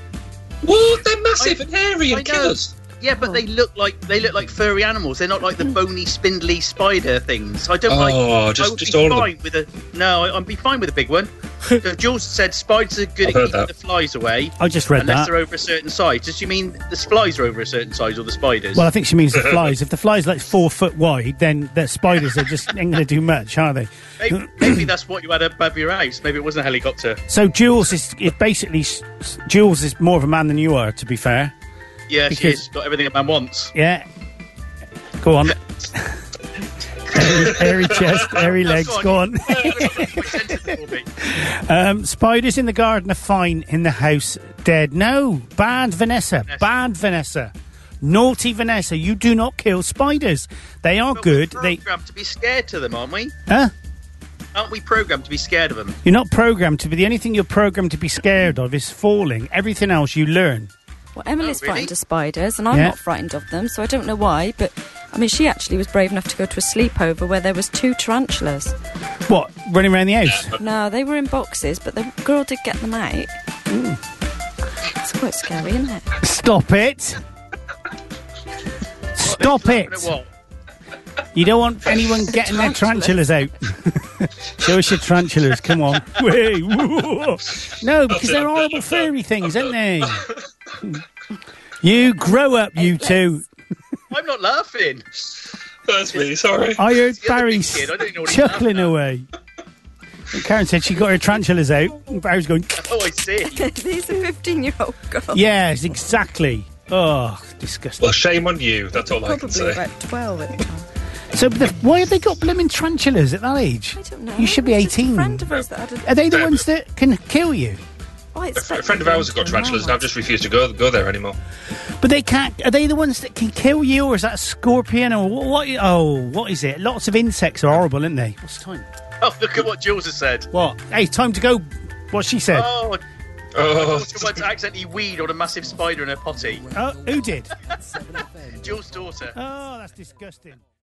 S7: What? They're massive and hairy
S6: and killers. Yeah, but they look like they look like furry animals. They're not like the bony, spindly spider things. I don't like.
S7: Oh,
S6: I
S7: just-
S6: would
S7: just
S6: be
S7: all of them.
S6: fine with a no. I, I'd be fine with a big one. So Jules said spiders are good at
S7: I've heard
S6: keeping
S7: that.
S6: the flies away.
S5: I just read
S6: unless
S5: that.
S6: they're over a certain size. Does she mean the flies are over a certain size or the spiders?
S5: Well, I think she means the flies. if the flies like four foot wide, then the spiders are just ain't going to do much, are they?
S6: maybe, maybe that's what you had above your house. Maybe it wasn't a helicopter.
S5: So Jules is, is basically s- s- Jules is more of a man than you are, to be fair.
S6: Yeah, she
S5: Because-
S6: is. Got everything a man wants.
S5: Yeah. Go on. airy, airy chest, airy legs.
S6: Go on.
S5: Go on.
S6: me.
S5: um, spiders in the garden are fine. In the house, dead. No, bad Vanessa. Bad Vanessa. Naughty Vanessa. You do not kill spiders. They are good. They.
S6: Programmed to be scared to them, aren't we?
S5: Huh?
S6: Aren't we programmed to be scared of them?
S5: You're not programmed to be. The only thing you're programmed to be scared of is falling. Everything else you learn.
S7: Oh,
S2: Well, Emily's frightened of spiders, and I'm
S5: Yeah.
S2: not frightened of them, so I don't know why. But I mean, she actually was brave enough to go to a sleepover where there was two tarantulas.
S5: What? Running around the house?
S2: No, they were in boxes, but the girl did get them out.
S7: Hmm.
S2: It's quite scary, isn't it?
S5: Stop it. Stop it. You don't want anyone getting their tarantulas out. Show us your tarantulas. Come on. Wait. whoa. No, because they're horrible furry things, aren't they? You grow up, you two.
S6: I'm not laughing.
S7: That's me. Sorry.
S5: I heard
S6: The other
S5: Barry
S6: big kid, I don't know what he's
S5: chuckling away. Karen said she got her tarantulas out. And Barry's going,
S6: Oh, I see.
S2: These are 15 year old girls.
S5: yes, exactly. Oh, disgusting.
S7: Well, shame on you. That's all I can
S2: Probably
S7: say.
S2: about 12 at the time.
S5: So, the, why have they got blooming tarantulas at that age? I don't know. You should be 18.
S2: Of us that had a-
S5: Are they the ones that can kill you?
S2: Oh, I
S7: A fr- a
S2: expected
S7: friend of
S2: them
S7: ours has
S2: to
S7: got
S2: know
S7: tarantulas, and
S2: that.
S7: I've just refused to go go there anymore.
S5: But they can't. Are they the ones that can kill you, or is that a scorpion, or what? what oh, what is it? Lots of insects are horrible, aren't they? What's time?
S6: Oh, look at what Jules has said.
S5: What? Hey, it's time to go. What she said.
S6: Oh,
S5: Oh.
S6: oh. someone's accidentally weed on a massive spider in her potty.
S5: Oh, who did?
S6: Jules' daughter.
S5: Oh, that's disgusting.